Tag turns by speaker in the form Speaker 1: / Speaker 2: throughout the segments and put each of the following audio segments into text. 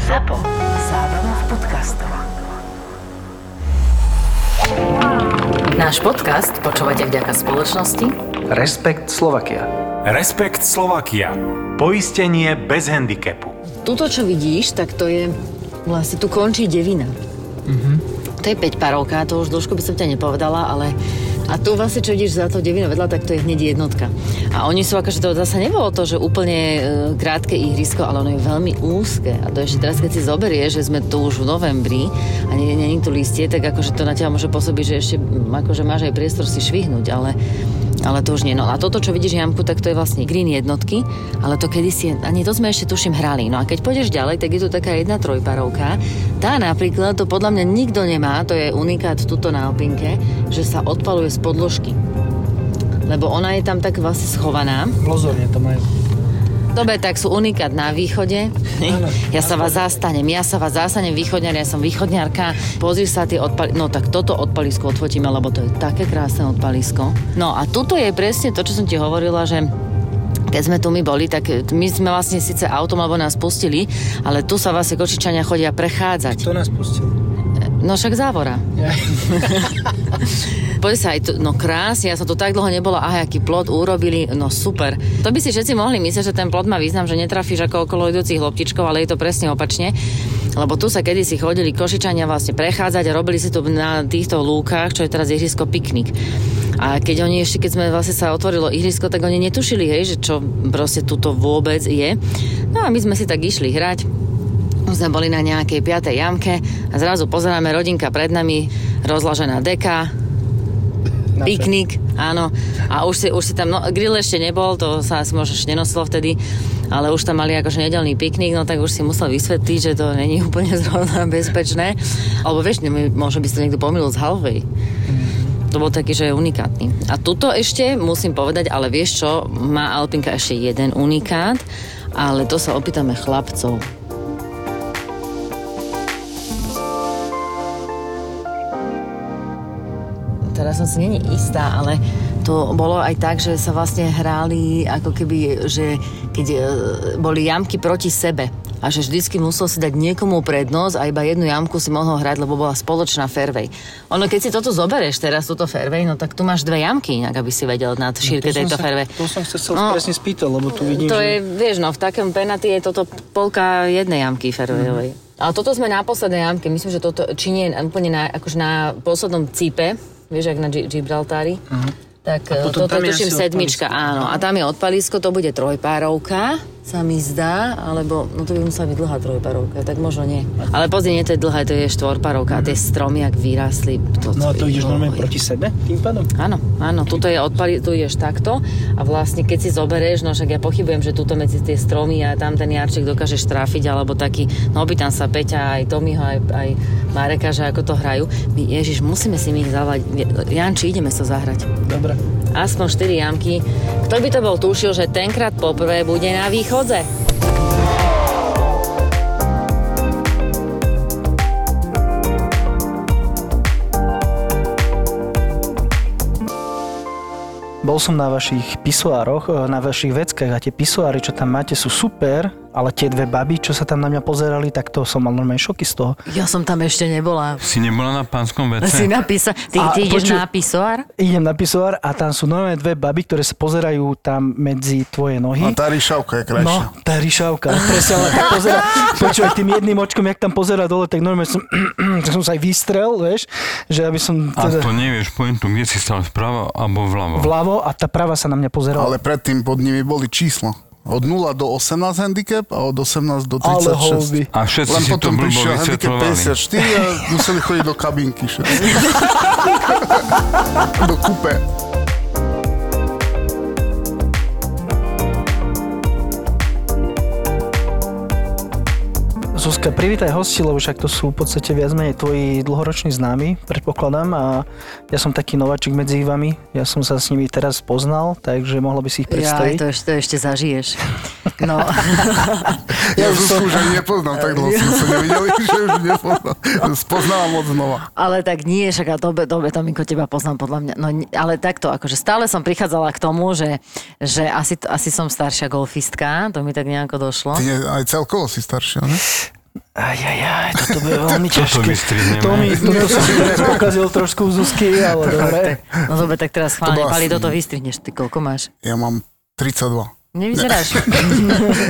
Speaker 1: Zapo. Zábrná v podcastov. Náš podcast počúvate vďaka spoločnosti
Speaker 2: Respekt Slovakia.
Speaker 3: Respekt Slovakia. Poistenie bez handicapu.
Speaker 4: Tuto, čo vidíš, tak to je... Vlastne tu končí devina. Mm-hmm. To je 5 parovka, to už dĺžko by som ťa nepovedala, ale... A tu vlastne, čo vidíš za to devinou vedľa, tak to je hneď jednotka. A oni sú akože to zase nebolo to, že úplne e, krátke ihrisko, ale ono je veľmi úzke. A to ešte teraz, keď si zoberie, že sme tu už v novembri a nie, nie, nie tu listie, tak akože to na teba môže pôsobiť, že ešte mm, akože máš aj priestor si švihnúť, ale ale to už nie. No a toto, čo vidíš jamku, tak to je vlastne green jednotky, ale to kedysi, ani to sme ešte tuším hrali. No a keď pôjdeš ďalej, tak je tu taká jedna trojparovka. Tá napríklad, to podľa mňa nikto nemá, to je unikát tuto na Alpinke, že sa odpaluje z podložky. Lebo ona je tam tak vlastne schovaná.
Speaker 5: V Lozorne to majú.
Speaker 4: Dobre, tak sú unikát na východe. Ja sa vás zastanem, ja sa vás zastanem, východňar, ja som východňarka. Pozri sa tie odpali... No tak toto odpalisko odfotíme, lebo to je také krásne odpalisko. No a tuto je presne to, čo som ti hovorila, že keď sme tu my boli, tak my sme vlastne síce autom, alebo nás pustili, ale tu sa vlastne kočičania chodia prechádzať.
Speaker 5: To nás pustil.
Speaker 4: No však závora.
Speaker 5: Ja.
Speaker 4: Poď sa aj tu, no krásne, ja som tu tak dlho nebola, aha, aký plod urobili, no super. To by si všetci mohli myslieť, že ten plod má význam, že netrafíš ako okolo idúcich loptičkov, ale je to presne opačne. Lebo tu sa kedysi chodili košičania vlastne prechádzať a robili si tu na týchto lúkach, čo je teraz ihrisko piknik. A keď oni ešte, keď sme vlastne sa otvorilo ihrisko, tak oni netušili, hej, že čo proste tuto vôbec je. No a my sme si tak išli hrať. Už sme boli na nejakej piatej jamke a zrazu pozeráme rodinka pred nami, rozlažená deka,
Speaker 5: Naše.
Speaker 4: piknik, áno. A už si, už si tam, no grill ešte nebol, to sa asi možno ešte nenosilo vtedy, ale už tam mali akože nedelný piknik, no tak už si musel vysvetliť, že to není úplne zrovna bezpečné. Alebo vieš, nemi- možno by si to niekto pomýlil z halvej. To bol taký, že je unikátny. A tuto ešte musím povedať, ale vieš čo, má Alpinka ešte jeden unikát, ale to sa opýtame chlapcov. teraz som si není istá, ale to bolo aj tak, že sa vlastne hráli ako keby, že keď e, boli jamky proti sebe a že vždycky musel si dať niekomu prednosť a iba jednu jamku si mohol hrať, lebo bola spoločná fairway. Ono, keď si toto zoberieš teraz, túto fairway, no tak tu máš dve jamky inak, aby si vedel na šírke tejto fairway.
Speaker 5: No, To som sa chcel no,
Speaker 4: No.
Speaker 5: presne spýtať, lebo tu vidím,
Speaker 4: To
Speaker 5: že...
Speaker 4: je, vieš, no, v takom penati je toto polka jednej jamky fairwayovej.
Speaker 5: Mhm.
Speaker 4: Ale toto sme na poslednej jamke, myslím, že toto činie úplne na, akože na poslednom cipe, vieš, ak na Gi- Gibraltári. Tak
Speaker 5: Mhm.
Speaker 4: e,
Speaker 5: A potom
Speaker 4: toto
Speaker 5: tam je
Speaker 4: tuším
Speaker 5: asi
Speaker 4: sedmička, áno. A tam je odpalisko, to bude trojpárovka, sa mi zdá, alebo, no to by musela byť dlhá trojpárovka, tak možno nie. Ale pozri, nie, to je dlhé, to je štvorpárovka a tie stromy, ak vyrásli. To,
Speaker 5: No a to ideš
Speaker 4: je-
Speaker 5: normálne proti sebe tým pádom?
Speaker 4: Áno, áno, tuto je odpali, tu ideš takto a vlastne keď si zoberieš, no však ja pochybujem, že tuto medzi tie stromy a tam ten jarček dokážeš trafiť, alebo taký, no opýtam sa Peťa, aj Tomiho, aj, aj Mareka, že ako to hrajú. My, Ježiš, musíme si my ich zavolať. Janči, ideme sa zahrať.
Speaker 5: Dobre.
Speaker 4: Aspoň 4 jamky. Kto by to bol tušil, že tenkrát poprvé bude na východze?
Speaker 2: Bol som na vašich pisoároch, e, na vašich veckách a tie pisoáry, čo tam máte, sú super, ale tie dve baby, čo sa tam na mňa pozerali, tak to som mal normálne šoky z toho.
Speaker 4: Ja som tam ešte nebola.
Speaker 6: Si nebola na pánskom
Speaker 4: Si
Speaker 6: WC?
Speaker 4: napísa...
Speaker 2: A
Speaker 4: Ty, ty ideš
Speaker 2: počuj-
Speaker 4: na pisoár?
Speaker 2: Idem na pisoár a tam sú normálne dve baby, ktoré sa pozerajú tam medzi tvoje
Speaker 7: A
Speaker 2: nohy.
Speaker 7: tá ryšavka je krajšia.
Speaker 2: No, tá ryšavka, presne, ale tak pozera, počúvaj, tým jedným očkom, jak tam pozera dole, tak normálne som, tak som sa aj vystrel, vieš, že aby som
Speaker 6: A to
Speaker 2: teda
Speaker 6: nevieš pointu, kde si stal vpravo alebo vľavo.
Speaker 2: vľavo a tá prava sa na mňa pozerala.
Speaker 7: Ale predtým pod nimi boli čísla. Od 0 do 18 handicap a od 18 do 36.
Speaker 2: Ale holby.
Speaker 6: A všetci
Speaker 7: Len
Speaker 6: si to
Speaker 7: potom
Speaker 6: blbo
Speaker 7: prišiel handicap
Speaker 6: vysvetľovali.
Speaker 7: 54 a museli chodiť do kabinky všetci. do kupe.
Speaker 2: Zuzka, privítaj hosti, lebo však to sú v podstate viac menej tvoji dlhoroční známi, predpokladám, a ja som taký nováčik medzi vami, ja som sa s nimi teraz poznal, takže mohla by si ich
Speaker 4: Ja,
Speaker 2: predstaviť.
Speaker 4: to ešte, to ešte zažiješ. No,
Speaker 7: Ja Zuzku už ani nepoznám, tak dlho sme sa nevideli, že už nepoznám. Spoznávam od znova.
Speaker 4: ale tak nie, však a dobe, dobe, Tomiko, teba poznám podľa mňa. No, ni- ale takto, akože stále som prichádzala k tomu, že, že asi, asi som staršia golfistka, to mi tak nejako došlo.
Speaker 7: Ty ne, aj celkovo si staršia, ne?
Speaker 2: Aj, aj, aj, toto bude veľmi ťažké.
Speaker 6: vystrihneme.
Speaker 2: To mi, toto som teraz pokazil trošku u Zuzky, ale dobre.
Speaker 4: No dobre, tak teraz chválne,
Speaker 7: bola-
Speaker 4: Pali, toto vystrihneš, ty koľko máš?
Speaker 7: Ja mám 32.
Speaker 4: Nevyzeráš.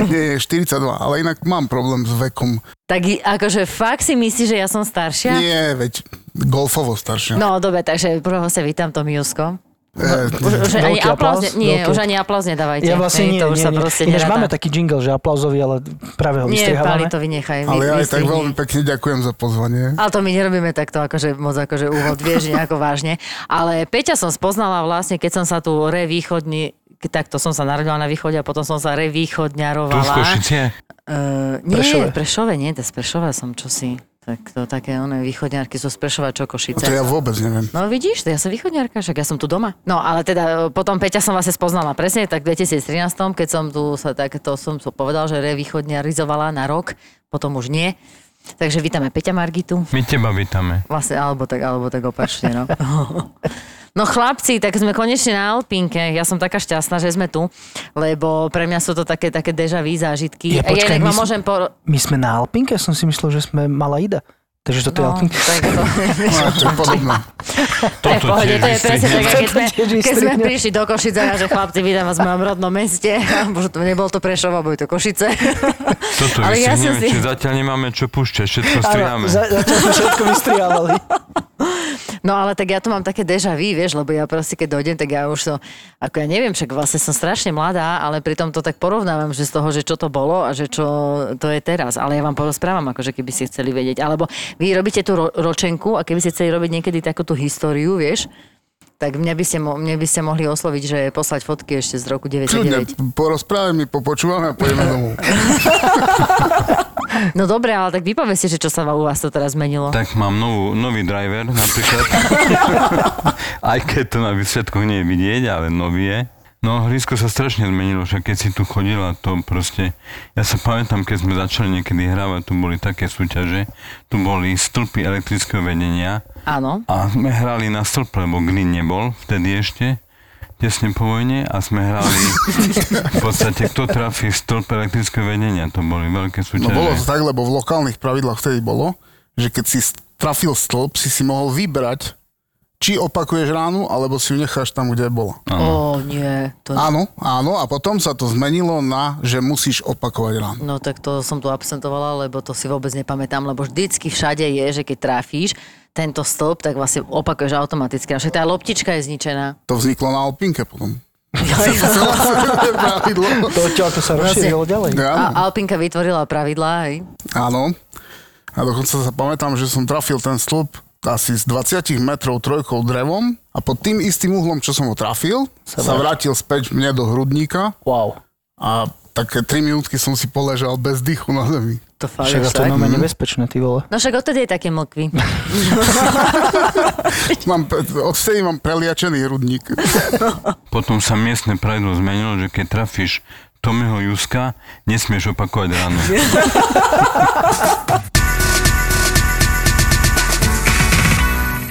Speaker 7: Nie, je 42, ale inak mám problém s vekom.
Speaker 4: tak i- akože fakt si myslíš, že ja som staršia?
Speaker 7: Nie, veď golfovo staršia.
Speaker 4: No dobre, takže prvo sa vítam tom Jusko.
Speaker 7: Eh,
Speaker 4: Už ani
Speaker 2: Veľký
Speaker 4: aplauz,
Speaker 2: aplauz?
Speaker 4: ne- nie,
Speaker 2: Veľký.
Speaker 4: už ani aplauz nedávajte.
Speaker 2: Ja vlastne
Speaker 4: Hej,
Speaker 2: nie,
Speaker 4: to už
Speaker 2: nie,
Speaker 4: sa
Speaker 2: nie.
Speaker 4: proste
Speaker 2: Ináč
Speaker 4: neráta.
Speaker 2: máme taký jingle, že aplauzový, ale práve ho
Speaker 4: Nie, Pali,
Speaker 2: vystrihávame.
Speaker 4: to vynechaj. vy-
Speaker 7: ale ja aj tak
Speaker 4: vystrihni.
Speaker 7: veľmi pekne ďakujem za pozvanie.
Speaker 4: Ale to my nerobíme takto, akože moc akože úvod, vieš, nejako vážne. Ale Peťa som spoznala vlastne, keď som sa tu revýchodni, ke- takto som sa narodila na východe a potom som sa
Speaker 6: Tu v
Speaker 4: revýchodňarovala.
Speaker 6: Košice?
Speaker 4: Uh, nie, Prešove.
Speaker 2: Prešove.
Speaker 4: Prešove, nie, to z Prešova som čosi. Tak to také, one východňarky sú z Prešova, čo Košice.
Speaker 7: To ja vôbec neviem.
Speaker 4: No vidíš, to ja som východňarka, však ja som tu doma. No ale teda e, potom Peťa som vlastne spoznala presne, tak v 2013, keď som tu sa takto som so povedal, že revýchodňarizovala na rok, potom už nie. Takže vítame Peťa Margitu.
Speaker 6: My teba vítame.
Speaker 4: Vlastne, alebo tak, alebo tak opačne, no. No chlapci, tak sme konečne na Alpinke. Ja som taká šťastná, že sme tu, lebo pre mňa sú to také, také deja vu zážitky.
Speaker 2: Ja,
Speaker 4: A
Speaker 2: počkaj,
Speaker 4: inak
Speaker 2: my
Speaker 4: vám
Speaker 2: sme-
Speaker 4: môžem po...
Speaker 2: My sme na Alpinke, ja som si myslel, že sme Malaida. Takže toto je
Speaker 4: No,
Speaker 2: Alpinka.
Speaker 4: tak to...
Speaker 7: No, to je podobné.
Speaker 4: To je v
Speaker 6: Toto
Speaker 4: pohode,
Speaker 6: tiež
Speaker 4: to je presne tak,
Speaker 6: vystrihneme.
Speaker 4: keď sme,
Speaker 2: Toto tiež
Speaker 4: keď sme
Speaker 2: vystrihneme.
Speaker 4: prišli do Košice a že chlapci, vítam vás v mojom rodnom meste. Bože, to nebol to Prešova, boli to Košice.
Speaker 6: Toto
Speaker 4: Ale ja som
Speaker 6: vystrihneme,
Speaker 4: si-
Speaker 6: či zatiaľ nemáme čo púšťať, všetko
Speaker 2: Áno,
Speaker 6: strihame.
Speaker 2: za- zatiaľ sme všetko vystriávali.
Speaker 4: No ale tak ja tu mám také deja vu, vieš, lebo ja proste keď dojdem, tak ja už som, ako ja neviem, však vlastne som strašne mladá, ale pritom to tak porovnávam, že z toho, že čo to bolo a že čo to je teraz. Ale ja vám porozprávam, akože keby ste chceli vedieť. Alebo vy robíte tú ro- ročenku a keby ste chceli robiť niekedy takú tú históriu, vieš, tak mňa by, ste mo- mňa by ste mohli osloviť, že poslať fotky ešte z roku 99.
Speaker 7: Čudne, porozprávame, popočúvame a pojeme domov.
Speaker 4: No dobre, ale tak vypoveste, že čo sa u vás to teraz zmenilo.
Speaker 6: Tak mám novú, nový driver napríklad. Aj keď to na výsledkoch nie je vidieť, ale nový je. No hrisko sa strašne zmenilo, však keď si tu chodila, to proste... Ja sa pamätám, keď sme začali niekedy hrávať, tu boli také súťaže, tu boli stĺpy elektrického vedenia
Speaker 4: Áno.
Speaker 6: a sme hrali na stĺp, lebo Glyn nebol vtedy ešte, tesne po vojne a sme hrali v podstate, kto trafí stĺp elektrického vedenia, to boli veľké
Speaker 7: No
Speaker 6: súťaže.
Speaker 7: bolo to tak, lebo v lokálnych pravidlách vtedy bolo, že keď si trafil stĺp, si si mohol vybrať, či opakuješ ránu, alebo si ju necháš tam, kde bola.
Speaker 4: Ó, nie. To...
Speaker 7: Áno, áno, a potom sa to zmenilo na, že musíš opakovať ránu.
Speaker 4: No tak to som tu absentovala, lebo to si vôbec nepamätám, lebo vždycky všade je, že keď trafíš tento stĺp, tak vlastne opakuješ automaticky. Však tá loptička je zničená.
Speaker 7: To vzniklo na Alpinke potom. Celá celé pravidlo.
Speaker 2: To odtiaľ to sa rozšírilo ďalej.
Speaker 7: Áno,
Speaker 4: A Alpinka vytvorila pravidlá, hej?
Speaker 7: áno. A dokonca sa pamätám, že som trafil ten stĺp asi z 20 metrov trojkou drevom a pod tým istým uhlom, čo som ho trafil, sa, sa vrátil späť mne do hrudníka
Speaker 2: Wow.
Speaker 7: a také 3 minútky som si poležal bez dýchu na zemi.
Speaker 4: To fakt
Speaker 2: Však
Speaker 4: až
Speaker 2: ale to je
Speaker 4: tak.
Speaker 2: normálne nebezpečné, ty vole.
Speaker 4: No však odtedy je také mlkvy.
Speaker 7: Mám, odtedy mám preliačený hrudník.
Speaker 6: Potom sa miestne pravidlo zmenilo, že keď trafíš Tomiho Juska, nesmieš opakovať ráno.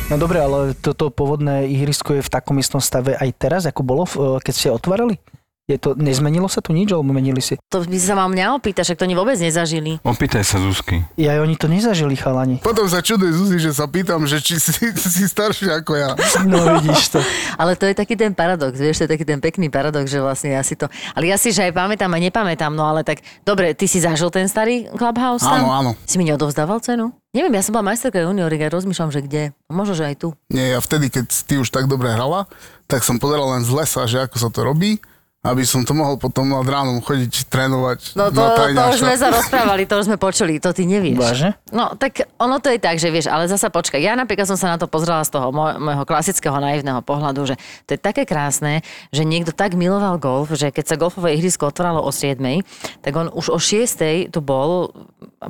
Speaker 2: No dobre, ale toto pôvodné ihrisko je v takom istom stave aj teraz, ako bolo, v- e, keď ste otvárali? Je to, nezmenilo sa tu nič, alebo menili si?
Speaker 4: To by sa vám mňa opýta, však to oni vôbec nezažili.
Speaker 6: Opýtaj sa Zuzky.
Speaker 2: Ja oni to nezažili, chalani.
Speaker 7: Potom sa čuduje Zuzi, že sa pýtam, že či si, si starší ako ja.
Speaker 2: No vidíš to.
Speaker 4: Ale to je taký ten paradox, vieš, to je taký ten pekný paradox, že vlastne ja si to... Ale ja si, že aj pamätám a nepamätám, no ale tak... Dobre, ty si zažil ten starý Clubhouse tam?
Speaker 7: Áno, áno.
Speaker 4: Si mi neodovzdával cenu? Neviem, ja som bola majsterka juniorik a rozmýšľam, že kde. Možno, že aj tu.
Speaker 7: Nie, ja vtedy, keď ty už tak dobre hrala, tak som pozeral len z lesa, že ako sa to robí, aby som to mohol potom nad ránom chodiť trénovať
Speaker 4: No to, to
Speaker 7: na
Speaker 4: už
Speaker 7: tajňaša.
Speaker 4: sme sa rozprávali, to už sme počuli, to ty nevieš.
Speaker 2: Vážne?
Speaker 4: No tak ono to je tak, že vieš, ale zasa počkaj, ja napríklad som sa na to pozrela z toho moj- môjho klasického naivného pohľadu, že to je také krásne, že niekto tak miloval golf, že keď sa golfové ihrisko otváralo o 7, tak on už o 6 tu bol,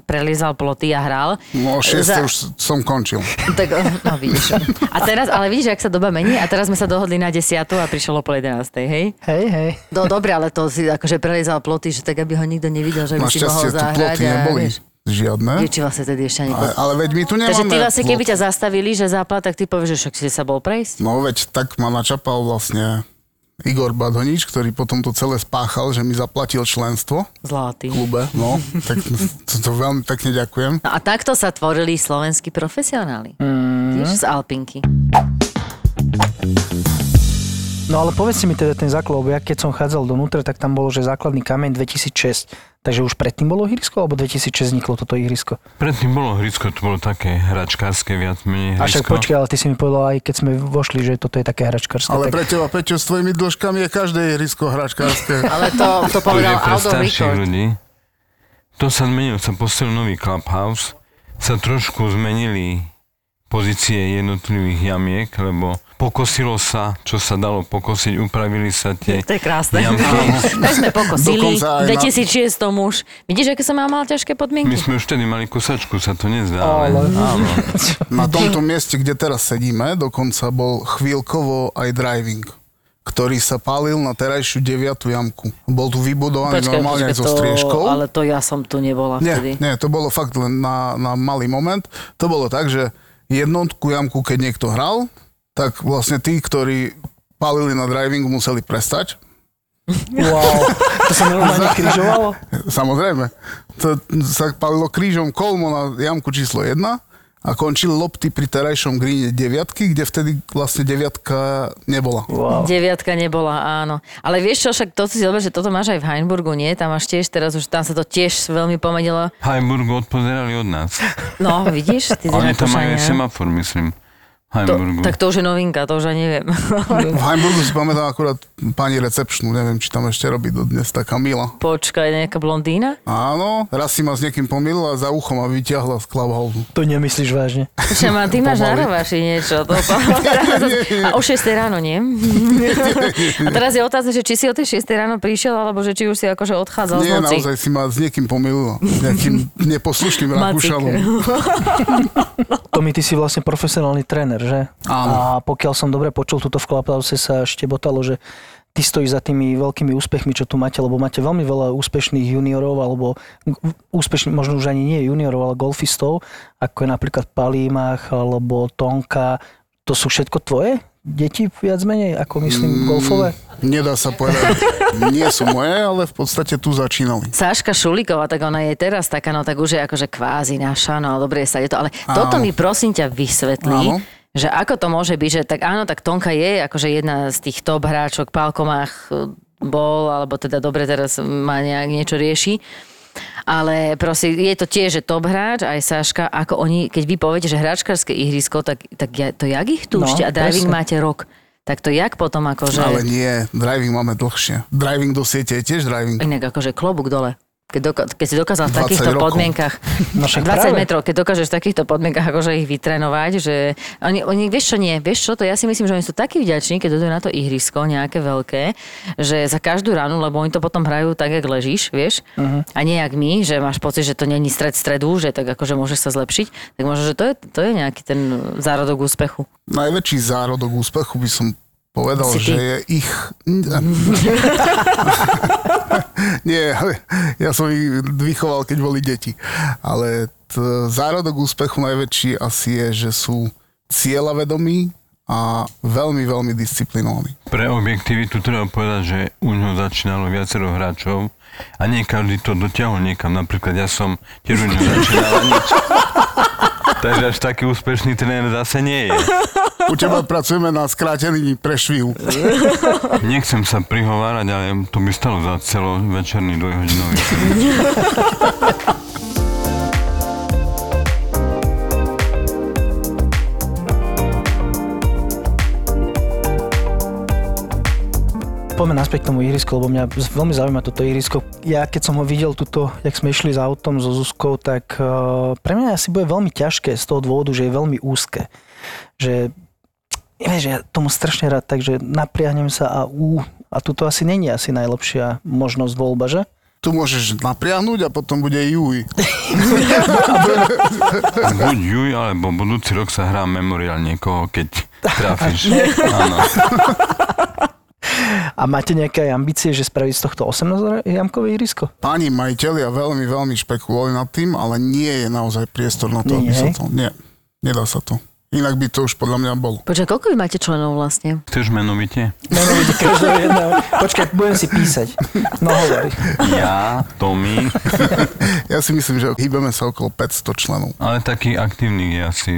Speaker 4: prelízal ploty a hral.
Speaker 7: No, o 6
Speaker 4: Za-
Speaker 7: už som končil.
Speaker 4: tak, no vidíš. A teraz, ale vidíš, ak sa doba mení a teraz sme sa dohodli na 10 a prišlo o pol 11, hej?
Speaker 2: Hej, hej.
Speaker 4: No dobre, ale to si akože prelezal ploty, že tak aby ho nikto nevidel, že by si mohol
Speaker 7: Našťastie tu
Speaker 4: zahrať.
Speaker 7: ploty
Speaker 4: a
Speaker 7: neboli.
Speaker 4: vieš. Je,
Speaker 7: Žiadne.
Speaker 4: či vlastne tedy ešte ani...
Speaker 7: Ale, ale veď my tu nemáme
Speaker 4: Takže ty vlastne, keby
Speaker 7: plot.
Speaker 4: ťa zastavili, že záplat, tak ty povieš, že však si sa bol prejsť.
Speaker 7: No veď tak ma načapal vlastne Igor Badonič, ktorý potom to celé spáchal, že mi zaplatil členstvo
Speaker 4: Zlatý.
Speaker 7: v klube. No, tak to, to veľmi pekne ďakujem.
Speaker 4: No a takto sa tvorili slovenskí profesionáli. Mm. Tiež z Alpinky.
Speaker 2: No ale povedz si mi teda ten základ, lebo ja keď som chádzal donútra, tak tam bolo, že základný kameň 2006. Takže už predtým bolo ihrisko, alebo 2006 vzniklo toto ihrisko?
Speaker 6: Predtým bolo hrisko, to bolo také hračkárske, viac menej
Speaker 2: A však
Speaker 6: hrisko.
Speaker 2: počkaj, ale ty si mi povedal aj keď sme vošli, že toto je také hračkárske.
Speaker 7: Ale
Speaker 2: tak...
Speaker 7: pre teba, Peťo, s tvojimi dĺžkami je každé ihrisko hračkárske.
Speaker 4: Ale to, to
Speaker 6: To je
Speaker 4: povedal
Speaker 6: pre
Speaker 4: Aldo
Speaker 6: starších
Speaker 4: Record.
Speaker 6: ľudí. To sa zmenilo, sa postavil nový clubhouse, sa trošku zmenili pozície jednotlivých jamiek, lebo pokosilo sa, čo sa dalo pokosiť, upravili sa tie
Speaker 4: To je krásne.
Speaker 6: jamky.
Speaker 4: Tak sme pokosili.
Speaker 7: Dokonca aj na-
Speaker 4: V 2006 už. Vidíš, aké som mal, mal ťažké
Speaker 6: My
Speaker 4: podmienky?
Speaker 6: sme už vtedy mali kosačku, sa to nezdá, ale... Áno.
Speaker 7: Na tomto mieste, kde teraz sedíme, dokonca bol chvíľkovo aj driving ktorý sa pálil na terajšiu deviatu jamku. Bol tu vybudovaný normálne aj so striežkou.
Speaker 4: ale to ja som tu nebola vtedy.
Speaker 7: Nie, nie, to bolo fakt len na, na malý moment. To bolo tak, že jednotku jamku, keď niekto hral, tak vlastne tí, ktorí palili na drivingu, museli prestať.
Speaker 2: Wow, to sa normálne križovalo.
Speaker 7: Samozrejme. To sa palilo krížom kolmo na jamku číslo 1 a končili lopty pri terajšom gríne deviatky, kde vtedy vlastne deviatka nebola.
Speaker 2: Wow.
Speaker 4: Deviatka nebola, áno. Ale vieš čo, však to si zober, že toto máš aj v Heinburgu, nie? Tam máš tiež teraz už, tam sa to tiež veľmi pomenilo.
Speaker 6: Hajburgu odpozerali od nás.
Speaker 4: No, vidíš? Ty
Speaker 6: Oni tam majú
Speaker 4: Rakúšania.
Speaker 6: aj semafor, myslím.
Speaker 4: to,
Speaker 6: Hajburgu.
Speaker 4: tak to už je novinka, to už aj neviem.
Speaker 7: V Heimburgu si pamätám akurát pani recepčnú, neviem, či tam ešte robí dodnes, taká milá.
Speaker 4: Počkaj, nejaká blondína?
Speaker 7: Áno, raz si ma s niekým pomýlila za uchom a vyťahla z clubhouse.
Speaker 2: To nemyslíš vážne.
Speaker 4: Čo má, ty máš na
Speaker 7: Pomaly.
Speaker 4: rovaši niečo. To, a o 6 ráno, nie? a teraz je otázka, že či si o tej 6 ráno prišiel, alebo že či už si akože odchádzal z
Speaker 7: Nie,
Speaker 4: noci.
Speaker 7: naozaj si ma s niekým pomýlila. Nejakým neposlušným
Speaker 4: Macik.
Speaker 7: Rakúšanom.
Speaker 2: Tomi, ty si vlastne profesionálny tréner, že? A
Speaker 7: Áno.
Speaker 2: pokiaľ som dobre počul, tuto v Clubhouse sa štebotalo, že ty stojíš za tými veľkými úspechmi, čo tu máte, lebo máte veľmi veľa úspešných juniorov, alebo úspešných, možno už ani nie juniorov, ale golfistov, ako je napríklad Palimach, alebo Tonka. To sú všetko tvoje? Deti viac menej, ako myslím, golfové?
Speaker 7: Nedá sa povedať. Nie sú moje, ale v podstate tu začínali.
Speaker 4: Sáška Šuliková, tak ona je teraz taká, no tak už je akože kvázi naša, no dobre sa je to, ale toto mi prosím ťa vysvetlí,
Speaker 7: Áno.
Speaker 4: že ako to môže byť, že tak áno, tak Tonka je akože jedna z tých top hráčok, Pálkomách bol, alebo teda dobre teraz má nejak niečo rieši, ale prosím, je to tiež, že top hráč, aj Sáška, ako oni, keď vy poviete, že hráčkarské ihrisko, tak, tak ja, to jak ich túšte a
Speaker 2: No,
Speaker 4: driving
Speaker 2: presne.
Speaker 4: máte rok, tak to jak potom akože...
Speaker 7: Ale nie, driving máme dlhšie. Driving do siete je tiež driving.
Speaker 4: Inak akože klobúk dole. Keď, doka- keď si dokázal v
Speaker 7: 20
Speaker 4: takýchto
Speaker 7: rokov.
Speaker 4: podmienkach,
Speaker 2: No však
Speaker 4: 20
Speaker 2: práve.
Speaker 4: metrov, keď dokážeš v takýchto podmienkach akože ich vytrénovať, že oni, oni, vieš čo nie, vieš čo, to ja si myslím, že oni sú takí vďační, keď dodajú na to ihrisko nejaké veľké, že za každú ránu, lebo oni to potom hrajú tak, jak ležíš, vieš, uh-huh. a nie jak my, že máš pocit, že to není stred stredu, že tak akože môžeš sa zlepšiť, tak možno, že to je, to je nejaký ten zárodok úspechu.
Speaker 7: Najväčší zárodok úspechu by som povedal,
Speaker 4: Si ty.
Speaker 7: že je ich... Nie, ja som ich vychoval, keď boli deti. Ale t- zárodok úspechu najväčší asi je, že sú cieľavedomí a veľmi, veľmi disciplinovaní.
Speaker 6: Pre objektivitu treba povedať, že u ňoho začínalo viacero hráčov a nie každý to dotiahol niekam. Napríklad ja som tiež u ňoho začínal a nič. Takže až taký úspešný tréner zase nie je.
Speaker 7: U teba pracujeme na skrátený prešvihu.
Speaker 6: Nechcem sa prihovárať, ale to by stalo za celovečerný dvojhodinový. film.
Speaker 2: Poďme naspäť k tomu ihrisku, lebo mňa z- veľmi zaujíma toto ihrisko. Ja keď som ho videl tuto, jak sme išli s autom so Zuzkou, tak eh, pre mňa asi bude veľmi ťažké z toho dôvodu, že je veľmi úzke. Že ja, vieš, ja tomu strašne rád, takže napriahnem sa a ú, a tuto asi není asi najlepšia možnosť voľba, že?
Speaker 7: Tu môžeš napriahnuť a potom bude juj.
Speaker 6: Buď juj, alebo budúci rok sa hrá memoriál niekoho, keď trafíš. Áno.
Speaker 2: A máte nejaké aj ambície, že spraviť z tohto 18-jamkové ihrisko?
Speaker 7: Páni majiteľia veľmi, veľmi špekulujú nad tým, ale nie je naozaj priestor na to,
Speaker 2: Nie,
Speaker 7: aby sa
Speaker 2: hej?
Speaker 7: to... Nie, nedá sa to. Inak by to už podľa mňa bolo.
Speaker 4: Počkaj, koľko vy máte členov vlastne?
Speaker 6: Chceš menovite?
Speaker 2: Menovite každého jedného. Počkaj, budem si písať. No hovor.
Speaker 6: Ja, Tommy,
Speaker 7: Ja si myslím, že hýbeme sa okolo 500 členov.
Speaker 6: ale taký aktívny je asi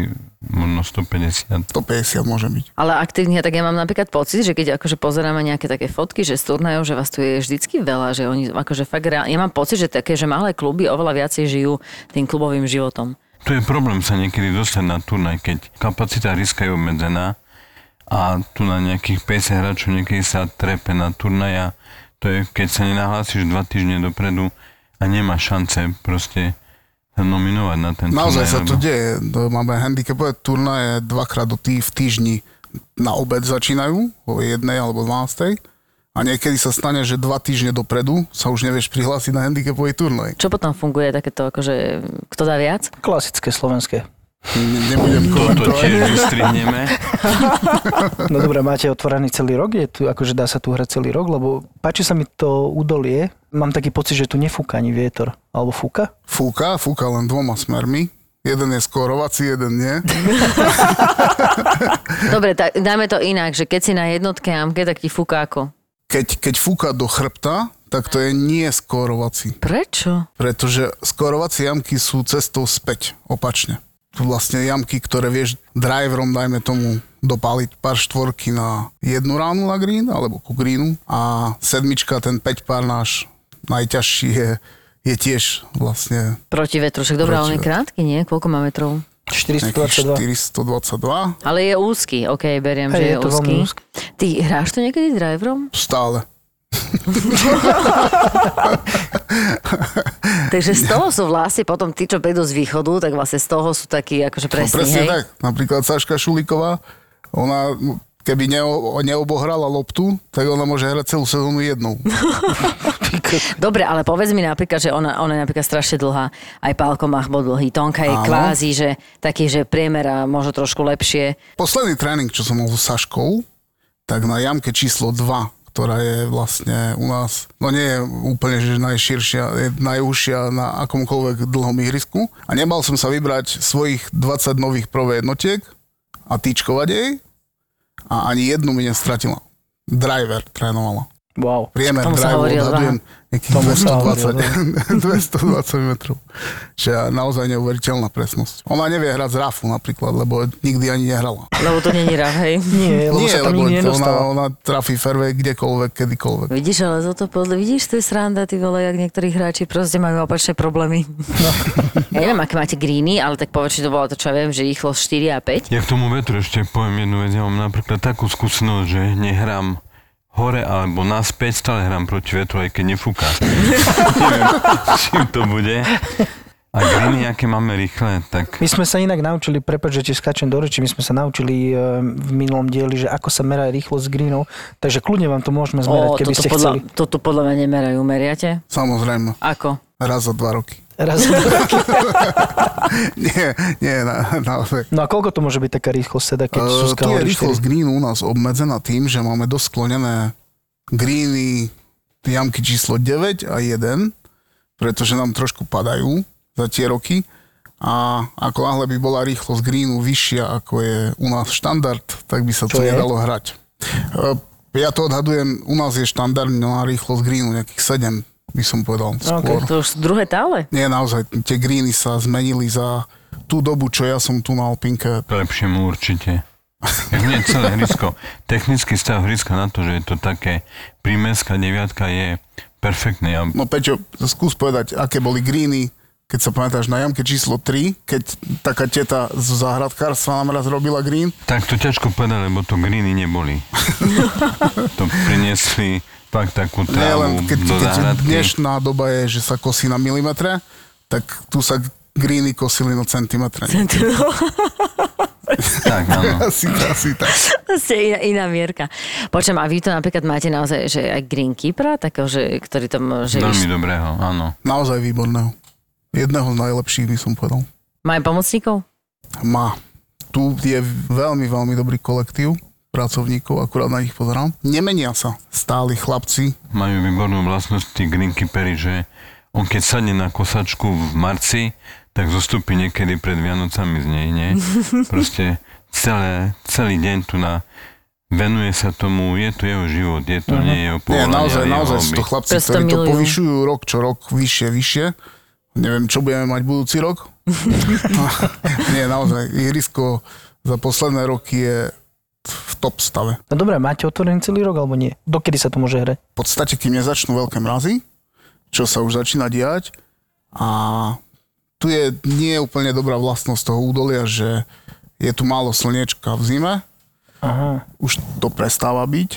Speaker 6: možno 150.
Speaker 7: 150 môže byť.
Speaker 4: Ale aktívne, tak ja mám napríklad pocit, že keď akože pozeráme nejaké také fotky, že z turnajov, že vás tu je vždycky veľa, že oni akože fakt reálne, ja mám pocit, že také, že malé kluby oveľa viacej žijú tým klubovým životom.
Speaker 6: Tu je problém sa niekedy dostať na turnaj, keď kapacita riska je obmedzená a tu na nejakých 50 hráčov niekedy sa trepe na turnaj a to je, keď sa nenahlásiš dva týždne dopredu a nemá šance proste sa nominovať na ten
Speaker 7: Naozaj
Speaker 6: turnaj.
Speaker 7: sa to
Speaker 6: lebo-
Speaker 7: deje. To Máme handicapové turnaje dvakrát do tý, v týždni na obed začínajú, o jednej alebo 12. A niekedy sa stane, že dva týždne dopredu sa už nevieš prihlásiť na handicapový turnaj.
Speaker 4: Čo potom funguje takéto, akože, kto dá viac?
Speaker 2: Klasické slovenské.
Speaker 7: Ne- Nebudem
Speaker 6: Toto
Speaker 7: komentovať.
Speaker 6: tiež vystrihneme.
Speaker 2: No dobre, máte otvorený celý rok, je tu, akože dá sa tu hrať celý rok, lebo páči sa mi to údolie. Mám taký pocit, že tu nefúka ani vietor. Alebo fúka?
Speaker 7: Fúka, fúka len dvoma smermi. Jeden je skorovací, jeden nie.
Speaker 4: Dobre, tak dáme to inak, že keď si na jednotke amke, tak ti fúka ako.
Speaker 7: Keď, keď fúka do chrbta, tak to je nie skorovací.
Speaker 4: Prečo?
Speaker 7: Pretože skorovacie jamky sú cestou späť, opačne. Sú vlastne jamky, ktoré vieš driverom, dajme tomu, dopáliť pár štvorky na jednu ránu na green, alebo ku greenu. A sedmička, ten 5 pár náš najťažší je, je tiež vlastne
Speaker 4: Proti vetru, však dobrá,
Speaker 7: Proti
Speaker 4: on je
Speaker 7: vetru.
Speaker 4: krátky, nie? Koľko má metrov?
Speaker 7: nejakých
Speaker 2: 422.
Speaker 7: 422
Speaker 4: Ale je úzky, ok, beriem,
Speaker 2: Hej,
Speaker 4: že je,
Speaker 2: je to veľmi
Speaker 4: úzky.
Speaker 2: úzky.
Speaker 4: Ty hráš to niekedy driverom?
Speaker 7: stále.
Speaker 4: Takže z toho sú vlastne potom tí, čo prídu z východu, tak vlastne z toho sú takí akože
Speaker 7: No,
Speaker 4: presní,
Speaker 7: presne
Speaker 4: hej?
Speaker 7: tak. Napríklad Saška Šuliková, ona keby neo, neobohrala loptu, tak ona môže hrať celú sezónu jednou.
Speaker 4: Dobre, ale povedz mi napríklad, že ona, ona je napríklad strašne dlhá, aj Pálko Mach bol dlhý, Tonka je
Speaker 7: Áno.
Speaker 4: kvázi, že taký, že priemer a možno trošku lepšie.
Speaker 7: Posledný tréning, čo som mal s Saškou, tak na jamke číslo 2, ktorá je vlastne u nás, no nie je úplne že najširšia, je najúžšia na akomkoľvek dlhom ihrisku. A nemal som sa vybrať svojich 20 nových prvé jednotiek a tyčkovať jej a ani jednu mi nestratila. Driver trénovala.
Speaker 2: Wow.
Speaker 7: Priemer
Speaker 4: Tomu sa
Speaker 7: drive
Speaker 4: hovorilo,
Speaker 7: odhadujem nejakých
Speaker 2: Tomu sa
Speaker 7: 220, 220 metrov. Čiže naozaj neuveriteľná presnosť. Ona nevie hrať z rafu napríklad, lebo nikdy ani nehrala.
Speaker 4: Lebo to není rád, hej.
Speaker 2: Nie, lebo
Speaker 7: Nie,
Speaker 2: sa tam
Speaker 7: lebo
Speaker 2: nikdy
Speaker 7: ona,
Speaker 2: nedostala.
Speaker 7: ona trafí fairway kdekoľvek, kedykoľvek.
Speaker 4: Vidíš, ale za to podľa, vidíš, to je sranda, ty vole, jak niektorí hráči proste majú opačné problémy. No. ja neviem, aké máte greeny, ale tak povedz, že to bolo to, čo ja viem, že rýchlosť 4 a 5.
Speaker 6: Ja k tomu vetru ešte poviem jednu vec. Ja mám napríklad takú skúsenosť, že nehrám hore alebo naspäť, stále hrám proti vetru, aj keď nefúka. Neviem, čím to bude. A greeny, aké máme rýchle, tak
Speaker 2: My sme sa inak naučili, prepáč, že ti skačem do reči, my sme sa naučili e, v minulom dieli, že ako sa merá rýchlosť greenov, takže kľudne vám to môžeme zmerať, keby
Speaker 4: toto
Speaker 2: ste
Speaker 4: podľa,
Speaker 2: chceli.
Speaker 4: toto podľa mňa nemerajú, meriate?
Speaker 7: Samozrejme,
Speaker 4: Ako?
Speaker 7: raz za dva roky.
Speaker 2: Raz.
Speaker 7: Nie, nie, na, naozaj.
Speaker 2: No a koľko to môže byť taká rýchlosť teda, keď sú
Speaker 7: Uh, tu je
Speaker 2: skalory
Speaker 7: rýchlosť
Speaker 2: 4?
Speaker 7: greenu u nás obmedzená tým, že máme dosklonené greeny jamky číslo 9 a 1, pretože nám trošku padajú za tie roky. A ako náhle by bola rýchlosť greenu vyššia, ako je u nás štandard, tak by sa
Speaker 2: Čo
Speaker 7: to
Speaker 2: je?
Speaker 7: nedalo hrať. Uh, Ja to odhadujem, u nás je štandardná rýchlosť greenu nejakých 7, by som povedal skôr.
Speaker 4: To už sú druhé tále?
Speaker 7: Nie, naozaj, tie greeny sa zmenili za tú dobu, čo ja som tu na Alpinke.
Speaker 6: k lepšiemu určite. Tak nie celé hrysko. Technický stav hryska na to, že je to také prímeska deviatka je perfektný. A
Speaker 7: No Peťo, skús povedať, aké boli greeny, keď sa pamätáš na jamke číslo 3, keď taká teta z záhradkárstva nám raz robila green.
Speaker 6: tak to ťažko povedať, lebo to greeny neboli. to priniesli fakt takú
Speaker 7: Nie
Speaker 6: trávu
Speaker 7: len, keď,
Speaker 6: do
Speaker 7: keď
Speaker 6: záhradky.
Speaker 7: dnešná doba je, že sa kosí na milimetre, tak tu sa greeny kosili na centimetre.
Speaker 6: Tak, áno.
Speaker 7: Asi, asi tak.
Speaker 4: Ste iná, iná mierka. Počujem, a vy to napríklad máte naozaj, že aj greenkeepera, takého, že, ktorý tam, že iš...
Speaker 6: Veľmi dobrého, áno.
Speaker 7: Naozaj výborného. Jedného z najlepších by som povedal.
Speaker 4: má aj pomocníkov?
Speaker 7: Má. Tu je veľmi, veľmi dobrý kolektív pracovníkov, akurát na nich pozerám. Nemenia sa stáli chlapci.
Speaker 6: Majú výbornú vlastnosť tí greenkeepery, že on keď sadne na kosačku v marci, tak tak zostupí niekedy pred Vianocami z nej, nie? Proste celé, celý deň tu na venuje sa tomu, je to jeho život, je to nie jeho
Speaker 7: Nie,
Speaker 6: povolanie,
Speaker 7: naozaj,
Speaker 6: ale jeho
Speaker 7: naozaj sú
Speaker 6: hobby.
Speaker 7: to chlapci,
Speaker 4: Prosto
Speaker 7: ktorí to
Speaker 4: milujú.
Speaker 7: povyšujú rok čo rok, vyššie, vyššie. Neviem, čo budeme mať budúci rok. Nie, naozaj, ihrisko za posledné roky je v top stave.
Speaker 2: No dobre, máte otvorený celý rok alebo nie? Dokedy sa to môže hrať?
Speaker 7: v podstate, kým nezačnú veľké mrazy, čo sa už začína diať. A tu je nie úplne dobrá vlastnosť toho údolia, že je tu málo slnečka v zime.
Speaker 2: Aha.
Speaker 7: Už to prestáva byť.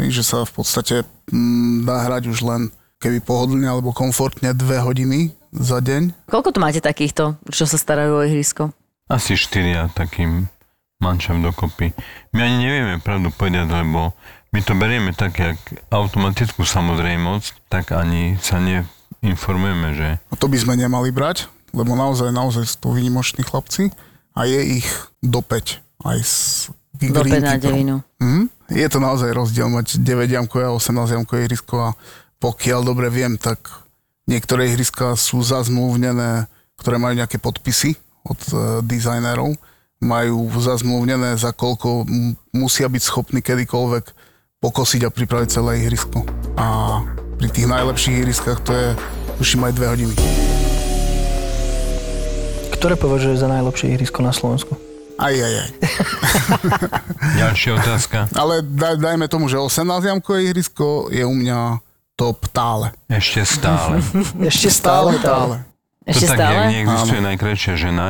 Speaker 7: Hej, Že sa v podstate mm, dá hrať už len keby pohodlne alebo komfortne dve hodiny za deň.
Speaker 4: Koľko tu máte takýchto, čo sa starajú o ihrisko?
Speaker 6: Asi štyria takým mančam dokopy. My ani nevieme pravdu povedať, lebo my to berieme tak, jak automatickú samozrejmosť, tak ani sa neinformujeme, že
Speaker 7: A to by sme nemali brať, lebo naozaj, naozaj sú to výnimoční chlapci a je ich dopäť aj s
Speaker 4: Do 5 na
Speaker 7: greenkeeperom.
Speaker 4: devinu.
Speaker 7: Mm, je to naozaj rozdiel mať 9 jamkové a 18 jamkové ihrisko a pokiaľ dobre viem, tak niektoré ihriska sú zazmluvnené, ktoré majú nejaké podpisy od e, dizajnérov, majú zazmluvnené, za koľko m- musia byť schopní kedykoľvek pokosiť a pripraviť celé ihrisko. A pri tých najlepších ihriskách to je tuším aj 2 hodiny.
Speaker 2: Ktoré považuje za najlepšie ihrisko na Slovensku?
Speaker 7: Aj, aj, aj.
Speaker 6: ďalšia otázka.
Speaker 7: Ale daj, dajme tomu, že 18 jamkové ihrisko je u mňa top tále.
Speaker 6: Ešte stále.
Speaker 2: Ešte stále.
Speaker 7: tále.
Speaker 4: Ešte
Speaker 6: to tak, jak
Speaker 4: stále?
Speaker 6: neexistuje najkrajšia žena,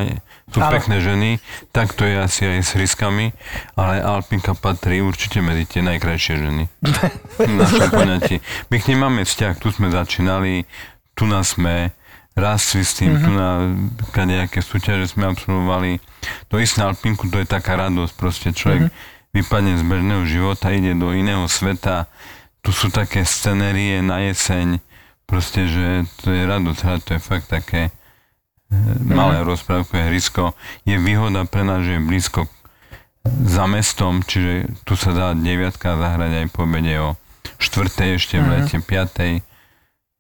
Speaker 6: sú
Speaker 2: Áno.
Speaker 6: pekné ženy, tak to je asi aj s riskami, ale Alpinka patrí určite medzi tie najkrajšie ženy. V našom poňatí. My k nej máme vzťah, tu sme začínali, tu nás sme, rastli s tým, mm-hmm. tu
Speaker 4: Mhm.
Speaker 6: na kadejaké súťaže sme absolvovali. To ísť na Alpinku, to je taká radosť, proste
Speaker 4: Mhm.
Speaker 6: človek mm-hmm. vypadne z bežného života, ide do iného sveta, tu sú také scenérie na jeseň, proste, že to je radosť hrať, to je fakt také eh, malé rozprávkové hrysko. Je výhoda pre nás, že je blízko eh, za mestom, čiže tu sa dá deviatka zahrať aj po obede o štvrtej, ešte v lete piatej.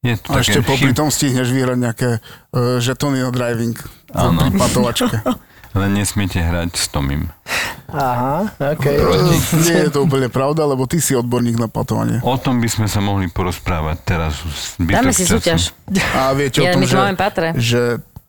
Speaker 6: Je to
Speaker 7: A
Speaker 6: také
Speaker 7: ešte popri
Speaker 6: chyb-
Speaker 7: tom stihneš vyhrať nejaké uh, žetóny na driving.
Speaker 6: Áno.
Speaker 7: Áno. Pri patovačke.
Speaker 6: Len nesmiete hrať s Tomim.
Speaker 2: Aha, OK.
Speaker 7: Eh, Nie je to úplne pravda, lebo ty si odborník na patovanie.
Speaker 6: O tom by sme sa mohli porozprávať teraz. zbytok
Speaker 4: Dáme si
Speaker 6: času.
Speaker 4: súťaž.
Speaker 7: A viete
Speaker 4: Ja,
Speaker 7: o tom,
Speaker 4: my tu
Speaker 7: že,
Speaker 4: máme patre.
Speaker 7: že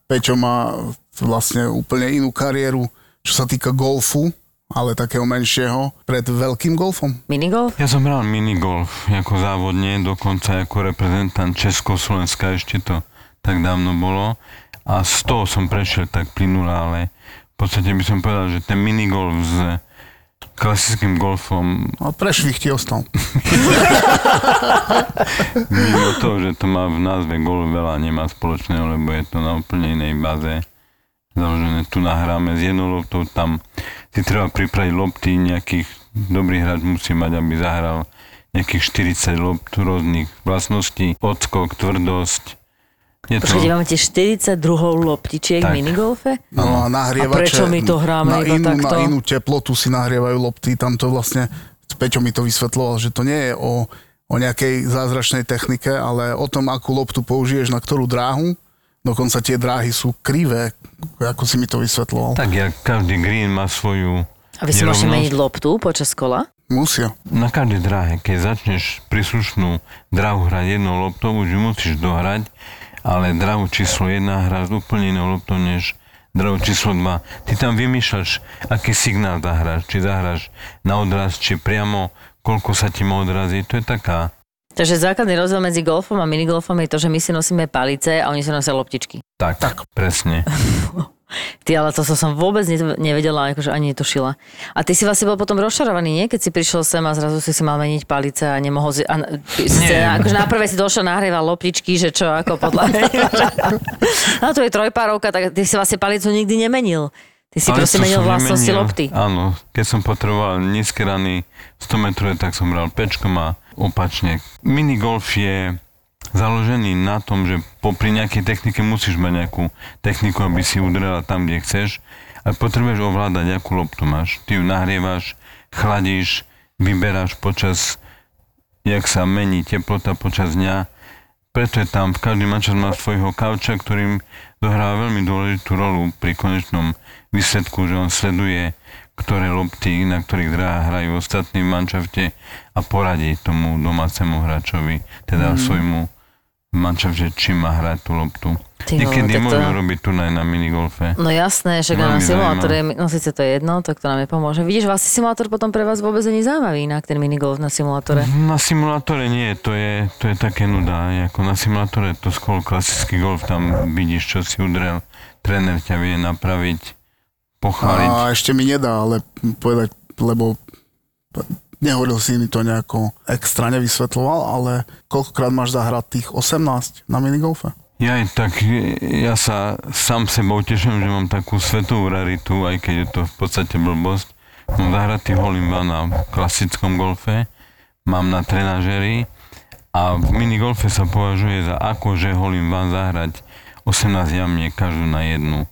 Speaker 7: Peťo má vlastne úplne inú kariéru, čo sa týka golfu, ale takého menšieho, pred veľkým golfom.
Speaker 4: Minigolf?
Speaker 6: Ja som hral minigolf ako závodne, dokonca ako reprezentant Československa, ešte to tak dávno bolo. A z toho som prešiel tak plynule, ale v podstate by som povedal, že ten minigolf s klasickým golfom,
Speaker 7: A prešvih ti ostal.
Speaker 6: mimo toho, že to má v názve golf veľa nemá spoločného, lebo je to na úplne inej baze založené. Tu nahráme s jednou loptou, tam si treba pripraviť lopty, nejakých dobrý hráč musí mať, aby zahral nejakých 40 lopt rôznych vlastností, odskok, tvrdosť. Je to,
Speaker 4: Počkajte, máme tie 42 loptičiek
Speaker 6: No. Tak.
Speaker 4: v minigolfe?
Speaker 7: No a
Speaker 4: A
Speaker 7: nahrievače...
Speaker 4: prečo my to hráme
Speaker 7: na
Speaker 4: iba
Speaker 7: inú,
Speaker 4: takto?
Speaker 7: Na inú teplotu si nahrievajú lopty, tam to vlastne... Peťo mi to vysvetloval, že to nie je o, o nejakej zázračnej technike, ale o tom, akú loptu použiješ na ktorú dráhu. Dokonca tie dráhy sú krivé, ako si mi to vysvetloval.
Speaker 6: tak jak každý green má svoju
Speaker 4: A vy si môžete
Speaker 6: nerovnosť.
Speaker 4: meniť loptu počas kola?
Speaker 7: Musia.
Speaker 6: Na každej dráhe, keď začneš príslušnú drahu hrať jednou loptou, už ju musíš dohrať, ale drahu číslo 1 hráš úplne inou loptou než drahu číslo 2. Ty tam vymýšľaš, aký signál zahráš, či zahráš na odraz, či priamo, koľko sa ti má odraziť, to je taká.
Speaker 4: Takže základný rozdiel medzi golfom a minigolfom je to, že my si nosíme palice a oni si nosia loptičky.
Speaker 6: Tak, tak. presne.
Speaker 4: Ty, ale to som vôbec ne- nevedela, akože ani netušila. A ty si vlastne bol potom rozčarovaný, nie? Keď si prišiel sem a zrazu si si mal meniť palice a nemohol si... A, na- ty si
Speaker 6: Nie.
Speaker 4: akože na prvé si došiel nahrieval loptičky, že čo, ako podľa mňa. no to je trojpárovka, tak ty si vlastne palicu nikdy nemenil. Ty si
Speaker 6: Ale
Speaker 4: proste
Speaker 6: to
Speaker 4: menil
Speaker 6: som
Speaker 4: vlastnosti
Speaker 6: nemenil.
Speaker 4: lopty.
Speaker 6: Áno, keď som potreboval nízke rany 100 metrové, tak som hral pečkom a opačne. Minigolf je založený na tom, že popri nejakej technike musíš mať nejakú techniku, aby si udrela tam, kde chceš, ale potrebuješ ovládať, akú loptu máš. Ty ju nahrievaš, chladíš, vyberáš počas jak sa mení teplota počas dňa, Preto je tam, každý mančar má svojho kauča, ktorým dohrá veľmi dôležitú rolu pri konečnom výsledku, že on sleduje, ktoré lopty, na ktorých drahá hrajú ostatní v mančafte a poradí tomu domácemu hráčovi,
Speaker 4: Mhm.
Speaker 6: teda mm. svojmu mančafte, či má hrať tú loptu.
Speaker 4: Ty vole, No,
Speaker 6: Niekedy
Speaker 4: tak to-
Speaker 6: nemôžu robiť turnaj na minigolfe.
Speaker 4: No jasné, však na
Speaker 6: Veľmi
Speaker 4: simulátor je,
Speaker 6: zaujímavé.
Speaker 4: no síce to je jedno, tak to nám nepomôže. Vidíš, vlastne simulátor potom pre vás vôbec ani zaujímavý, inak ten minigolf na simulátore.
Speaker 6: Na simulátore nie, to je, to je také nuda. Ako na simulátore to skôr klasický golf, tam vidíš, čo si udrel, tréner ťa vie napraviť, pochváliť.
Speaker 7: A ešte mi nedá, ale povedať, lebo nehovoril si mi to nejako extra nevysvetloval, ale koľkokrát máš zahrať tých 18 na minigolfe?
Speaker 6: Ja tak e, ja sa sám sebou teším, že mám takú svetovú raritu, aj keď je to v podstate blbosť. Mám zahratý hole in one na klasickom golfe, mám na trenažeri a v minigolfe sa považuje za akože hole in one zahrať 18 jamiek každú na jednu.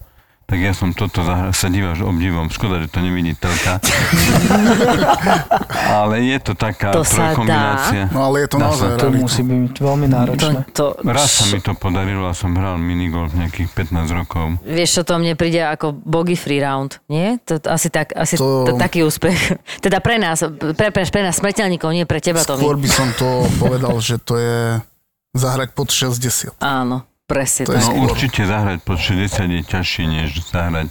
Speaker 6: Tak ja som toto zahral, sa diváš obdivom, škoda, že to nevidí telka. Ale je to taká
Speaker 4: To sa dá.
Speaker 6: trojkombinácia.
Speaker 7: No ale je to
Speaker 6: Dá
Speaker 7: naozaj
Speaker 6: sa
Speaker 2: To
Speaker 7: rarita.
Speaker 2: musí byť veľmi náročné.
Speaker 4: To,
Speaker 6: Raz sa mi to podarilo a som hral minigolf nejakých 15 rokov.
Speaker 4: Vieš, čo to mne príde ako bogy free round, nie? To, to asi, tak, asi
Speaker 7: To-
Speaker 4: to... To, taký úspech. Teda pre nás, pre, pre, pre nás smrteľníkov, nie pre teba to
Speaker 7: Skôr by som to povedal, že to je zahrať pod 60.
Speaker 4: Áno, presne
Speaker 7: To
Speaker 4: tak.
Speaker 7: je
Speaker 6: No
Speaker 7: skôr.
Speaker 6: určite zahrať pod 60 je ťažšie, než zahrať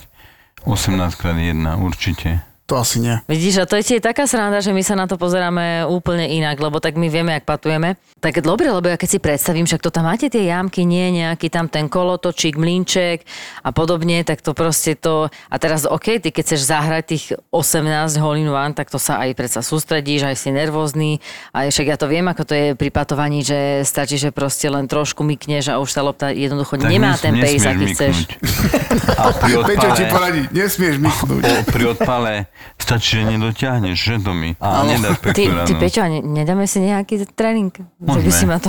Speaker 6: 18x1, určite.
Speaker 7: To asi nie.
Speaker 4: Vidíš, a to je tiež taká sranda, že my sa na to pozeráme úplne inak, lebo tak my vieme, ak patujeme. Tak dobre, lebo ja keď si predstavím, však to tam máte tie jamky, nie nejaký tam ten kolotočík, mlinček a podobne, tak to proste to... A teraz, OK, ty keď chceš zahrať tých 18 holín one, tak to sa aj predsa sústredíš, aj si nervózny. A však ja to viem, ako to je pri patovaní, že stačí, že proste len trošku mykneš a už tá lopta jednoducho
Speaker 6: Tak
Speaker 4: nemá
Speaker 6: nes-
Speaker 4: ten pace,
Speaker 6: nesmieš
Speaker 4: aký chceš.
Speaker 6: myknúť. A pri
Speaker 7: Peťo ti
Speaker 6: odpale,
Speaker 7: poradí, nesmieš michnúť.
Speaker 6: o, pri odpale stačí, že nedotiahneš, že domy. A nedáš
Speaker 4: Ty,
Speaker 6: pekú
Speaker 4: ty
Speaker 6: ránu.
Speaker 4: Peťo, a ne, nedáme si nejaký tréning? Že by
Speaker 6: Môžeme.
Speaker 4: si ma to...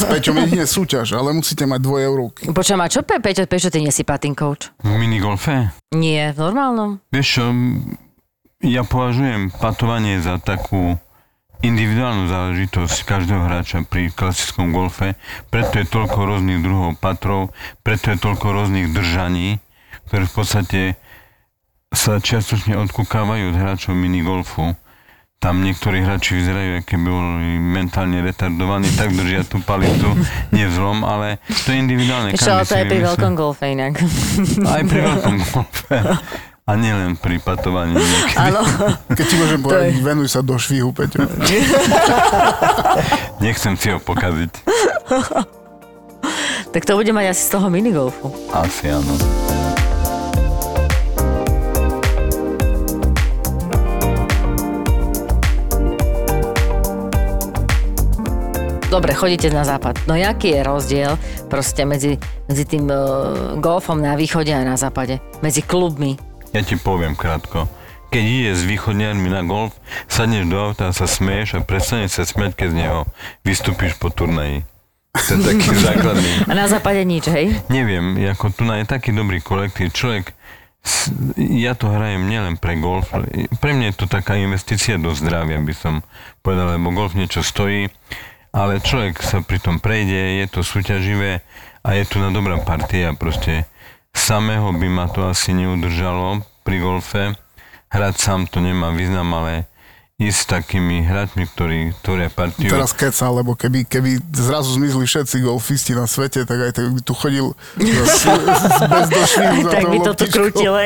Speaker 7: S Peťom jedine súťaž, ale musíte mať dvoje eurovky.
Speaker 4: Počujem, a čo Pe- Peťo, Peťo, ty nie si patin coach?
Speaker 6: V minigolfe?
Speaker 4: Nie, v normálnom.
Speaker 6: Vieš čo, ja považujem patovanie za takú individuálnu záležitosť každého hráča pri klasickom golfe, preto je toľko rôznych druhov patrov, preto je toľko rôznych držaní, ktoré v podstate sa čiastočne odkúkávajú od hráčov minigolfu. Tam niektorí hráči vyzerajú, aké boli mentálne retardovaní, tak držia tú palicu, nevzlom, ale to je individuálne.
Speaker 4: Čo,
Speaker 6: každý
Speaker 4: ale to
Speaker 6: si
Speaker 4: je pri
Speaker 6: vymyslí.
Speaker 4: veľkom golfe inak.
Speaker 6: Aj pri veľkom golfe. A nielen pri patovaní. niekedy.
Speaker 4: Áno,
Speaker 7: Keď ti môžem poradiť, venuj sa do švihu, Peťo.
Speaker 6: Nechcem si ho pokaziť.
Speaker 4: tak to bude mať asi z toho minigolfu.
Speaker 6: Asi áno.
Speaker 4: Dobre, chodíte na západ. No jaký je rozdiel proste medzi, medzi tým uh, golfom na východe a na západe? Medzi klubmi.
Speaker 6: Ja ti poviem krátko. Keď ide s východňarmi na golf, sadneš do auta a sa smeješ a prestaneš sa smiať, keď z neho vystúpiš po turnaji. To je taký základný.
Speaker 4: A na západe nič, hej?
Speaker 6: Neviem, ako tu na je taký dobrý kolektív. Človek, s- ja to hrajem nielen pre golf. Pre mňa je to taká investícia do zdravia, by som povedal, lebo golf niečo stojí, ale človek sa pri tom prejde, je to súťaživé a je tu na dobrá partia. Proste samého by ma to asi neudržalo pri golfe. Hrať sám to nemá význam, ale ísť s takými hráčmi, ktorí tvoria partiu.
Speaker 7: Teraz keca, lebo keby, keby zrazu zmizli všetci golfisti na svete, tak aj tak by tu chodil s- s- bez do švihu za
Speaker 4: tak
Speaker 7: tou
Speaker 4: by to tu
Speaker 7: loptičkou.
Speaker 4: krútile.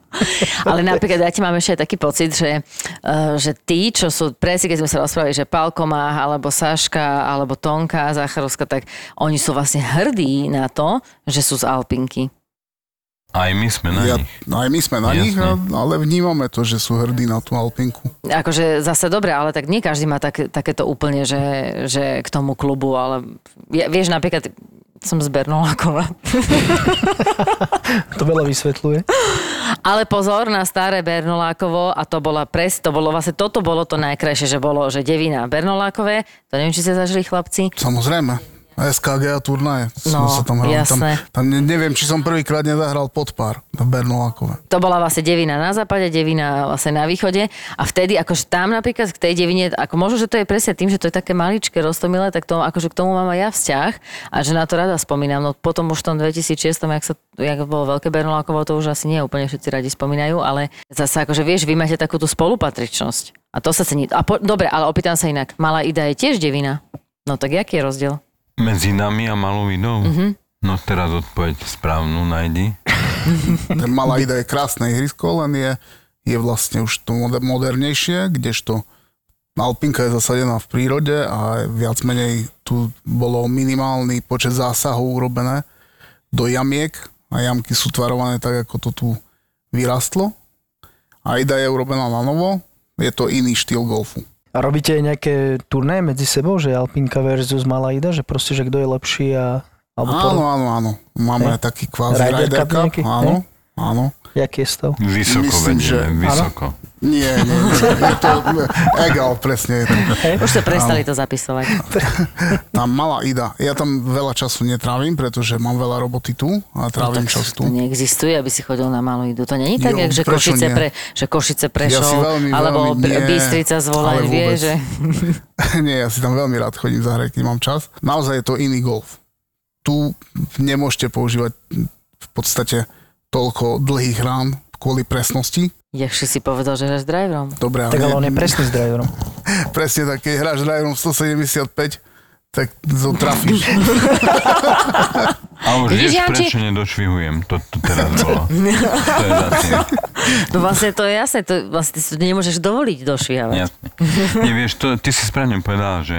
Speaker 4: Ale napríklad ja ti mám ešte aj taký pocit, že, eh, že tí, čo sú presi, keď sme sa rozprávali, že Palko má, alebo Saška, alebo Tonka Zacharovská, tak oni sú vlastne hrdí na to, že sú z Alpinky.
Speaker 6: Aj my sme na
Speaker 7: Ja,
Speaker 6: nich.
Speaker 7: no aj my sme na
Speaker 6: Jasne.
Speaker 7: nich, a- ale vnímame to, že sú hrdí na tú Alpinku.
Speaker 4: Akože zase dobre, ale tak nie každý má tak, takéto úplne, že, že k tomu klubu, ale ja, vieš, napríklad som z Bernolákova.
Speaker 2: To veľa vysvetľuje.
Speaker 4: Ale pozor na staré Bernolákovo a to bola pres, to bolo vlastne, toto bolo to najkrajšie, že bolo, že devina Bernolákové, to neviem, či ste zažili chlapci,
Speaker 7: Samozrejme. SKG a turnaje.
Speaker 4: No,
Speaker 7: sa tam hrali. Tam,
Speaker 4: jasné.
Speaker 7: tam ne- neviem, či som prvýkrát nezahral pod pár v Bernolákove.
Speaker 4: To bola vlastne devina na západe, devina vlastne na východe a vtedy akože tam napríklad k tej devine, ako možno, že to je presne tým, že to je také maličké roztomilé, tak to, akože k tomu mám aj ja vzťah a že na to rada spomínam. No potom už v tom 2006, jak, sa, jak bolo Veľké Bernolákovo, to už asi nie úplne všetci radi spomínajú, ale zase akože vieš, vy máte takú tú spolupatričnosť a to sa cení. A po, dobre, ale opýtam sa inak, malá ida je tiež devina. No tak jaký je rozdiel? Mhm.
Speaker 6: Medzi nami a malou idou?
Speaker 7: Mhm.
Speaker 6: Mm-hmm. No teraz odpoveď správnu nájdi.
Speaker 7: Ten Malá Ida je krásne ihrisko, len je, je vlastne už to moder- modernejšie, kdežto Alpinka je zasadená v prírode a viac menej tu bolo minimálny počet zásahov urobené do jamiek a jamky sú tvarované tak, ako to tu vyrastlo. A Ida je urobená na novo, je to iný štýl golfu.
Speaker 2: A robíte aj nejaké turné medzi sebou, že Alpinka versus Malaida, že proste, že kto je lepší a... Alebo
Speaker 7: Áno, áno, áno.
Speaker 2: Hej.
Speaker 7: Máme taký kvázi
Speaker 2: Ryder
Speaker 7: Ryder
Speaker 2: Cup
Speaker 7: Cup.
Speaker 2: nejaký,
Speaker 7: Áno,
Speaker 2: hej?
Speaker 7: áno.
Speaker 2: Jaký je stav?
Speaker 6: Vysoko
Speaker 7: Myslím,
Speaker 6: Myslím,
Speaker 7: že-
Speaker 6: vedieme, vysoko.
Speaker 7: Nie, nie, nie. Je to egal, presne. Je to.
Speaker 4: Už sa prestali to zapisovať.
Speaker 7: Tam malá ida. Ja tam veľa času netrávim, pretože mám veľa roboty tu a trávim
Speaker 4: No, tak
Speaker 7: čas tu.
Speaker 4: To neexistuje, aby si chodil na malú idu. To není tak,
Speaker 7: Jo,
Speaker 4: jak, že,
Speaker 7: prečo
Speaker 4: Košice
Speaker 7: nie?
Speaker 4: pre, že Košice prešol,
Speaker 7: si veľmi,
Speaker 4: alebo
Speaker 7: veľmi-
Speaker 4: Pr-
Speaker 7: nie,
Speaker 4: Bystrica
Speaker 7: ale
Speaker 4: zvolaj, vie,
Speaker 7: vôbec.
Speaker 4: že...
Speaker 7: nie, ja si tam veľmi rád chodím zahrať, keď mám čas. Naozaj je to iný golf. Tu nemôžete používať v podstate toľko dlhých rán kvôli presnosti.
Speaker 4: Jakže si povedal, že hráš driverom.
Speaker 7: Dobre,
Speaker 2: Tak ale on je
Speaker 7: nie-
Speaker 2: presný s driverom.
Speaker 7: presne tak, keď hráš driverom 175, tak to trafíš.
Speaker 6: A už
Speaker 4: Vidíš,
Speaker 6: vieš,
Speaker 4: Janči?
Speaker 6: prečo nedošvihujem. To, to teraz bolo. To je za tým.
Speaker 4: No vlastne to je jasné, to vlastne ty si to nemôžeš dovoliť došvihavať.
Speaker 6: Jasne. Nie, vieš, to, ty si správne povedal, že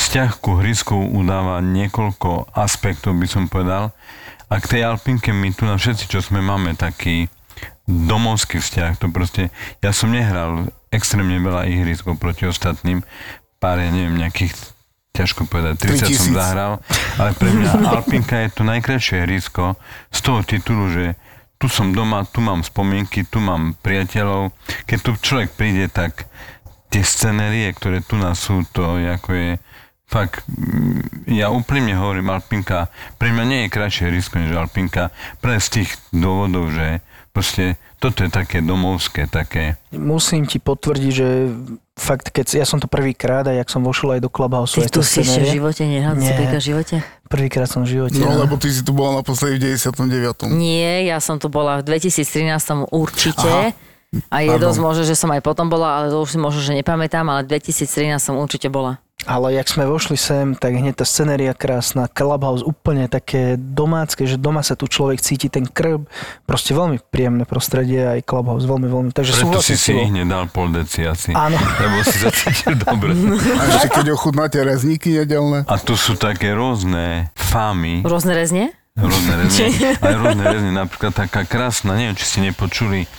Speaker 6: vzťah ku hrysku udáva niekoľko aspektov, by som povedal. A k tej Alpinke my tu na všetci, čo sme, máme taký domovský vzťah. To proste, ja som nehral extrémne veľa ihriskov proti ostatným. Pár, ja neviem, nejakých ťažko povedať, 30 som
Speaker 7: 3000.
Speaker 6: zahral, ale pre mňa Alpinka je to najkrajšie hrysko z toho titulu, že tu som doma, tu mám spomienky, tu mám priateľov. Keď tu človek príde, tak tie scenérie, ktoré tu nás sú, to je ako je fakt, mm, ja úprimne hovorím, Alpinka, pre mňa nie je krajšie risko než Alpinka, pre z tých dôvodov, že proste toto je také domovské, také,
Speaker 2: Musím ti potvrdiť, že fakt, keď ja som to prvýkrát a jak som vošiel aj do Clubhouse,
Speaker 4: Ty tu si ešte v živote nehral, ty si
Speaker 2: Nie.
Speaker 4: v živote?
Speaker 2: prvýkrát som v živote.
Speaker 7: No lebo ty si tu bola naposledy v 99.
Speaker 4: Nie, ja som tu bola v 2013 určite. Aha. A je
Speaker 7: Pardon.
Speaker 4: dosť možné, že som aj potom bola, ale to už si možno, že nepamätám, ale 2013 som určite bola.
Speaker 2: Ale jak sme vošli sem, tak hneď tá scenéria krásna, clubhouse úplne také domácké, že doma sa tu človek cíti ten krb, proste veľmi príjemné prostredie aj clubhouse, veľmi, veľmi, takže
Speaker 6: preto
Speaker 2: súhlasím
Speaker 6: si
Speaker 2: s
Speaker 6: si
Speaker 2: tebou.
Speaker 6: ich nedal pol deci asi,
Speaker 2: Áno.
Speaker 6: lebo si sa cítil dobre.
Speaker 7: A ešte keď ochutnáte rezníky nedelné.
Speaker 6: A tu sú také rôzne fámy,
Speaker 4: Rôzne rezne?
Speaker 6: Rôzne rezne. Aj rôzne rezne. Napríklad taká krásna, neviem, či ste nepočuli,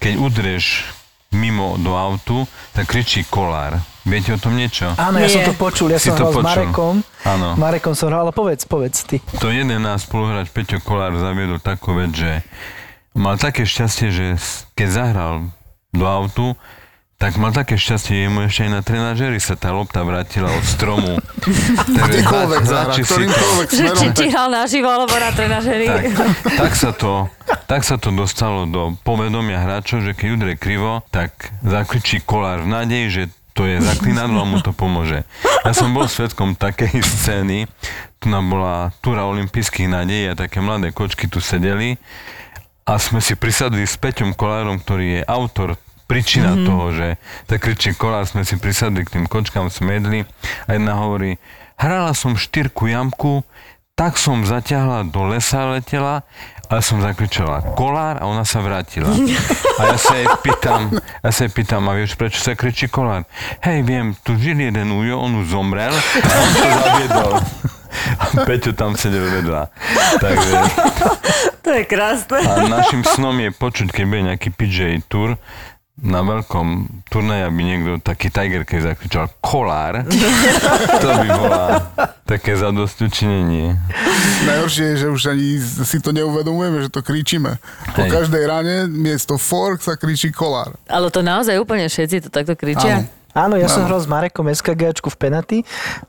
Speaker 6: keď udrieš mimo do autu, tak kričí kolár. Viete o tom niečo?
Speaker 2: Áno, ja som
Speaker 4: Nie.
Speaker 2: to počul, ja
Speaker 6: Si
Speaker 2: som
Speaker 6: to
Speaker 2: hral s
Speaker 6: počul.
Speaker 2: Marekom.
Speaker 6: Áno.
Speaker 2: Marekom som hral, ale povedz, povedz ty.
Speaker 6: To jeden náš spoluhráč Peťo Kolár zaviedol takú vec, že mal také šťastie, že s- keď zahral do autu, tak mal také šťastie, že mu ešte aj na trenažeri sa tá lopta vrátila od stromu. Takže
Speaker 7: Kdekoľvek
Speaker 6: za-
Speaker 7: zahra,
Speaker 6: zači si to.
Speaker 7: ktorýmkoľvek
Speaker 4: Že
Speaker 7: smerom.
Speaker 4: či ti hral naživo, alebo na trenažeri?
Speaker 6: Tak, tak, sa to, tak sa to dostalo do povedomia hráčov, že keď udre krivo, tak zakričí kolár v nádeji, že to je zaklinadlo a mu to pomôže. Ja som bol svetkom takej scény, tu nám bola túra olympijských nádejí a také mladé kočky tu sedeli a sme si prisadli s Peťom Kolárom, ktorý je autor príčina mm-hmm. toho, že tak kričí Kolár, sme si prisadli k tým kočkám, sme jedli a jedna hovorí, hrala som štyrku jamku, tak som zaťahla do lesa letela, ale som zakričala kolár a ona sa vrátila. A ja sa jej pýtam, ja sa jej pýtam, a vieš prečo sa kričí kolár? Hej, viem, tu žil jeden ujo, on už zomrel a on to zaviedol. A Peťo tam sedel vedľa. Takže
Speaker 4: To je krásne.
Speaker 6: a našim snom je počuť, keď bude nejaký PJ Tour, na veľkom turnaji, aby niekto taký Tiger Cave zakričal kolár, to by bola také zadostučinenie.
Speaker 7: Najhoršie je, že už ani si to neuvedomujeme, že to kričíme. Po
Speaker 6: Hej.
Speaker 7: každej ráne miesto fork sa kričí kolár.
Speaker 4: Ale to naozaj úplne všetci to takto kričia?
Speaker 7: Áno.
Speaker 2: Áno, ja som hral s Marekom SKGčku v Penaty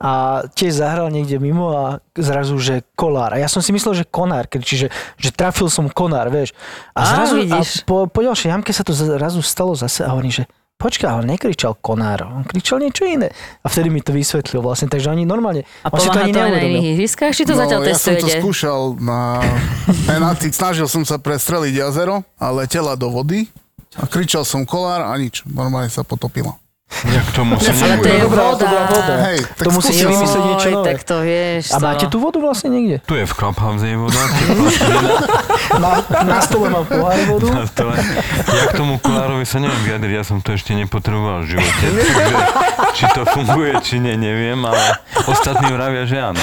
Speaker 2: a tiež zahral niekde mimo a zrazu, že kolár. A ja som si myslel, že konár, keď- čiže že trafil som konár, vieš.
Speaker 4: Á,
Speaker 2: A zrazu a
Speaker 4: vidíš.
Speaker 2: po, po ďalšej jamke sa to zrazu stalo zase a hovorím, že počkaj, on nekričal konár, on kričal niečo iné. A vtedy mi to vysvetlil vlastne, takže oni normálne,
Speaker 4: A
Speaker 2: on si to
Speaker 4: pomáha
Speaker 2: ani
Speaker 4: to aj na
Speaker 2: neuvedomil.
Speaker 4: iných ihriskách? Či to
Speaker 7: No,
Speaker 4: zatiaľ
Speaker 7: ja som to
Speaker 4: testujete?
Speaker 7: skúšal na penalty. Snažil som sa prestreliť jazero a letela do vody. A kričal som kolár a nič. Normálne sa potopila.
Speaker 6: Ja k tomu sa
Speaker 4: Ale Znaczy, to je
Speaker 6: nebudem.
Speaker 4: voda.
Speaker 7: Hej, tak
Speaker 2: To musí
Speaker 7: skúsil som.
Speaker 2: vymyslieť- Myslíš niečo
Speaker 4: Oj,
Speaker 2: nové.
Speaker 4: tak to vieš.
Speaker 2: A máte tú vodu vlastne niekde?
Speaker 6: Tu je v Clubhouse je voda, ty
Speaker 2: Na, na stole mám pohár vodu.
Speaker 6: na stole. Ja k tomu kolárovi sa neviem vyjadriť, ja som to ešte nepotreboval v živote. Takže, či to funguje, či nie, neviem, ale ostatní vravia, že áno.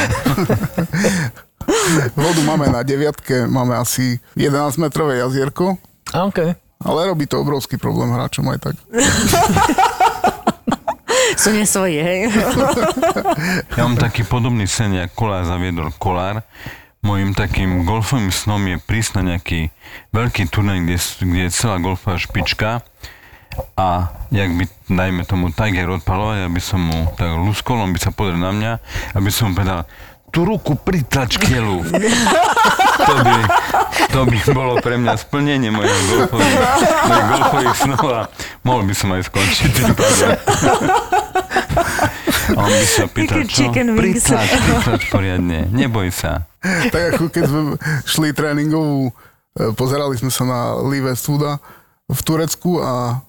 Speaker 7: Vodu máme na deviatke, máme asi 11-metrové jazierko,
Speaker 2: A okay.
Speaker 7: ale robí to obrovský problém hráčom aj tak.
Speaker 4: Sú nie svoje, hej?
Speaker 6: Ja mám taký podobný sen, jak kolár zaviedol kolár. Mojím takým golfovým snom je prísť na nejaký veľký turnaj, kde, s- kde je celá golfová špička a jak by, dajme tomu, Tiger odpaloval, aby som mu tak luskolom by sa podrel na mňa, aby som mu povedal, tú ruku pritlač k telu. To by, to by bolo pre mňa splnenie mojich golfových, mojich golfových snov a mohol by som aj skončiť tým pádom. A on by sa pýtal,
Speaker 8: Chicken-
Speaker 6: čo?
Speaker 8: chicken wings.
Speaker 6: Pritlač, pritlač poriadne, neboj sa.
Speaker 7: Tak ako keď sme šli tréningovú, e, pozerali sme sa na Lee Westwooda v Turecku a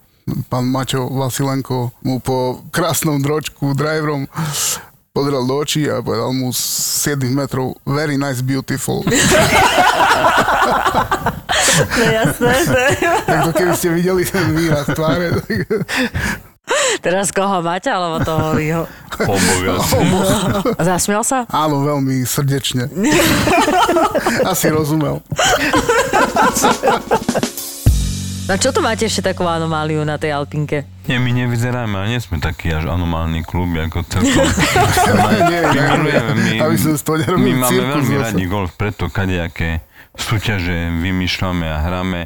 Speaker 7: pán Maťo Vasilenko mu po krásnom dročku driverom pozrel do očí a povedal mu z 7 metrov very nice, beautiful.
Speaker 8: No jasné, to je...
Speaker 7: Tak to keby ste videli ten výraz tváre, tak
Speaker 8: Teraz koho máte, alebo toho Liho?
Speaker 6: Oboviac.
Speaker 8: Zasmial sa?
Speaker 7: áno, veľmi srdečne. Asi rozumel.
Speaker 8: No čo tu máte ešte takú anomáliu na tej Alpinke?
Speaker 6: Nie, my nevyzeráme, ale nie sme taký až anomálny klub, ako celkom.
Speaker 7: Nie,
Speaker 6: My
Speaker 7: nie,
Speaker 6: milujeme, my,
Speaker 7: aby som z toho
Speaker 6: my
Speaker 7: nerobil
Speaker 6: máme
Speaker 7: cirkus
Speaker 6: veľmi
Speaker 7: zase.
Speaker 6: radi golf, preto kadejaké súťaže vymýšľame a hráme.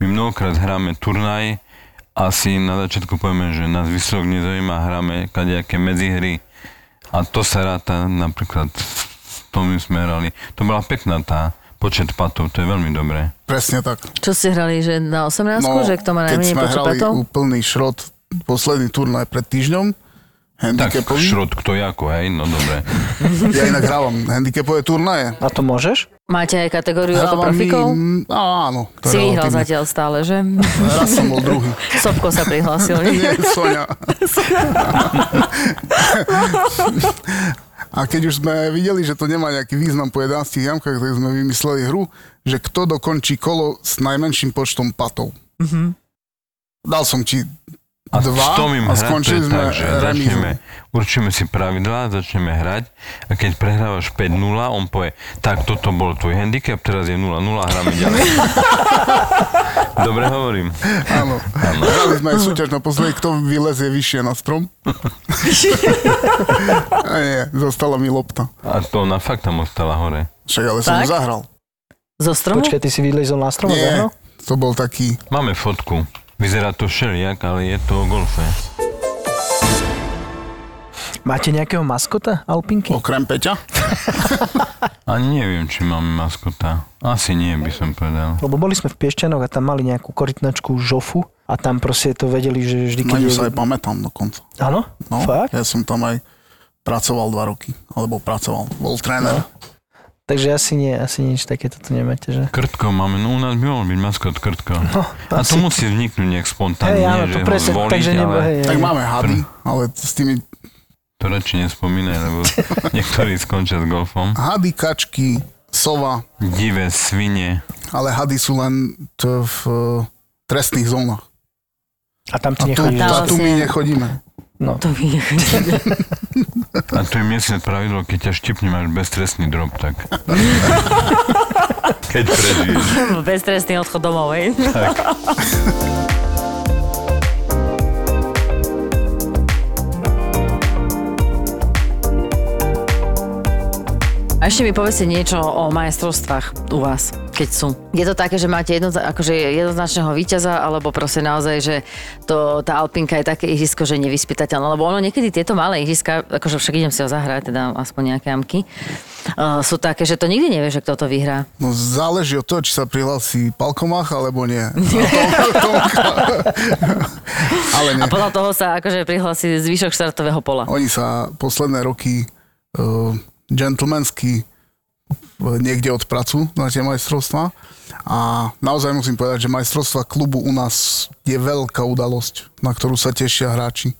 Speaker 6: My mnohokrát hráme turnaj, asi na začiatku povieme, že nás výsledok nezaujíma, hráme kadejaké medzihry a to sa ráta napríklad v tom sme hrali. To bola pekná tá počet patov, to je veľmi dobré.
Speaker 7: Presne tak.
Speaker 8: Čo ste hrali, že na 18, že kto má
Speaker 7: No, keď
Speaker 8: najmenej
Speaker 7: sme hrali
Speaker 8: počupatov?
Speaker 7: úplný šrot, posledný turnaj pred týždňom,
Speaker 6: Tak,
Speaker 7: handicapový.
Speaker 6: šrot kto ako, hej, no dobre.
Speaker 7: Ja inak hrávam handicapové turnaje.
Speaker 2: A to môžeš?
Speaker 8: Máte aj kategóriu
Speaker 7: Hrávam
Speaker 8: autoprofikov?
Speaker 7: im- á, áno. to je
Speaker 8: Si vyhral
Speaker 7: relatívne.
Speaker 8: zatiaľ stále, že?
Speaker 7: Raz som bol druhý.
Speaker 8: Sobko sa prihlásil. nie?
Speaker 7: Nie, Sonia. A keď už sme videli, že to nemá nejaký význam po 11 jamkách, tak sme vymysleli hru, že kto dokončí kolo s najmenším počtom patov.
Speaker 4: Mhm.
Speaker 7: Dal som ti
Speaker 6: A
Speaker 7: dva
Speaker 6: s tom im
Speaker 7: a
Speaker 6: hrať,
Speaker 7: skončili
Speaker 6: to je
Speaker 7: sme
Speaker 6: tak, že
Speaker 7: remízou.
Speaker 6: začneme, určíme si pravidlá, začneme hrať a keď prehrávaš 5-0, on povie, tak toto bol tvoj handicap, teraz je 0-0, hráme ďalej. Dobre hovorím.
Speaker 7: Áno. Hrali sme aj súťaž na posledný, kto vylezie vyššie na strom. A nie, zostala mi lopta.
Speaker 6: A to ona fakt tam ostala hore.
Speaker 7: Však ale som ju zahral.
Speaker 8: Zo stromu?
Speaker 2: Počkaj, ty si vylezol na strom a
Speaker 7: Nie,
Speaker 2: zahral?
Speaker 7: to bol taký...
Speaker 6: Máme fotku. Vyzerá to všelijak, ale je to o golfe.
Speaker 2: Máte nejakého maskota Alpinky?
Speaker 7: Okrem Peťa?
Speaker 6: Ani neviem, či máme maskota. Asi nie, by som povedal.
Speaker 2: Lebo boli sme v Piešťanoch a tam mali nejakú korytnačku žofu a tam proste to vedeli, že vždy,
Speaker 7: Na
Speaker 2: keď...
Speaker 7: ňu
Speaker 2: je-
Speaker 7: sa aj pamätám dokonca.
Speaker 2: Áno?
Speaker 7: No,
Speaker 2: Fakt?
Speaker 7: ja som tam aj pracoval dva roky. Alebo pracoval. Bol
Speaker 2: No.
Speaker 7: tréner.
Speaker 2: Takže asi nie, asi nič takéto tu nemáte, že?
Speaker 6: Krtko máme, no u nás by mohol byť maskot Krtko.
Speaker 2: No,
Speaker 6: A to musí vzniknúť nejak spontánne,
Speaker 2: Hej, áno,
Speaker 6: nie,
Speaker 2: to
Speaker 6: že ho
Speaker 2: presne,
Speaker 6: zvoliť,
Speaker 2: takže nebo,
Speaker 6: ale...
Speaker 2: hej, hej.
Speaker 7: Tak máme hady, ale s tými
Speaker 6: To radšej nespomínaj, lebo niektorí skončia s golfom.
Speaker 7: hady, kačky, sova,
Speaker 6: Divé svine.
Speaker 7: ale hady sú len t- v e, trestných zónach.
Speaker 2: A tam ti
Speaker 7: Tu,
Speaker 2: nechodí.
Speaker 7: a tu my
Speaker 4: vlastne.
Speaker 7: nechodíme.
Speaker 2: No.
Speaker 8: To vy nechajte.
Speaker 6: A tu je miestne pravidlo, keď ťa štipne, máš beztrestný drop, tak. Keď prežiješ.
Speaker 8: Beztrestný odchod domov, hej?
Speaker 4: A ešte mi povedzte niečo o majstrovstvách u vás. keď sú. Je to také, že máte jedno, akože jednoznačného víťaza, alebo proste naozaj, že to, tá Alpinka je také ihrisko, že je nevyspytateľné. Lebo ono niekedy tieto malé ihriska, akože však idem si ho zahrať, teda aspoň nejaké amky, uh, sú také, že to nikdy nevieš, že kto to vyhrá.
Speaker 7: No záleží od toho, či sa prihlási Palkomach, alebo nie. No, Tom- Tomka. Ale nie.
Speaker 4: A podľa toho sa akože prihlási zvyšok štartového pola.
Speaker 7: Oni sa posledné roky uh, gentlemansky eh, niekde od pracu na tie majstrovstvá. A naozaj musím povedať, že majstrovstva klubu u nás je veľká udalosť, na ktorú sa tešia hráči.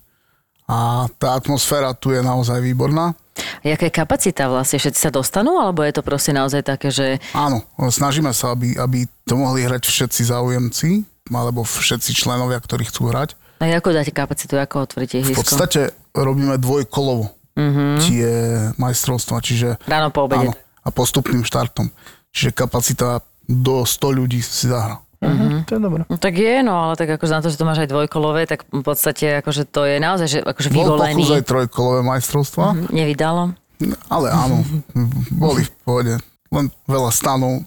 Speaker 7: A tá atmosféra tu je naozaj výborná.
Speaker 4: Jaká je kapacita vlastne? Všetci sa dostanú, alebo je to proste naozaj také, že
Speaker 7: Áno, snažíme sa, aby, aby to mohli hrať všetci záujemci, alebo všetci členovia, ktorí chcú hrať.
Speaker 4: a no ako dáte kapacitu, ako otvoríte
Speaker 7: V
Speaker 4: ihrisko?
Speaker 7: podstate robíme dvojkolovo mm-hmm. tie majstrovstvá, čiže
Speaker 4: Ráno po obede.
Speaker 7: áno, a postupným štartom. Čiže kapacita do 100 ľudí si zahra.
Speaker 4: Mhm.
Speaker 2: Mhm. To je dobré.
Speaker 4: No tak je, no ale tak akože na to, že to máš aj dvojkolové, tak v podstate akože to je naozaj, že akože
Speaker 7: Bol pokus aj
Speaker 4: vyvolený.
Speaker 7: trojkolové majstrovstvá,
Speaker 4: Mhm.
Speaker 7: mm-hmm.
Speaker 4: Nevydalo.
Speaker 7: ale áno, boli v pohode. Len veľa stanov.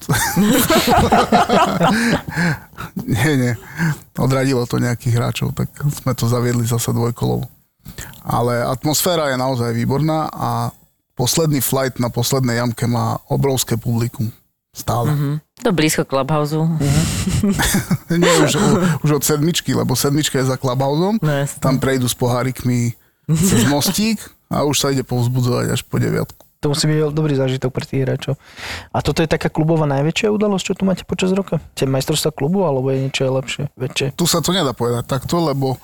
Speaker 7: nie, nie. Odradilo to nejakých hráčov, tak sme to zaviedli zasa dvojkolovo. Ale atmosféra je naozaj výborná a posledný flight na poslednej jamke má obrovské publikum. Stále. Mm-hmm.
Speaker 4: To blízko Clubhouse.
Speaker 7: Mm. Nie, už, u, už od sedmičky, lebo sedmička je za Clubhouseom.
Speaker 4: No, jasne.
Speaker 7: Tam prejdú s pohárikmi cez mostík a už sa ide povzbudzovať až po deviatku.
Speaker 2: To musí byť veľ- dobrý zážitok pre tých hráčov. A toto je taká klubová najväčšia udalosť, čo tu máte počas roka? Tie majstrovstvá klubu, alebo je niečo lepšie, väčšie?
Speaker 7: Tu sa to nedá povedať takto, lebo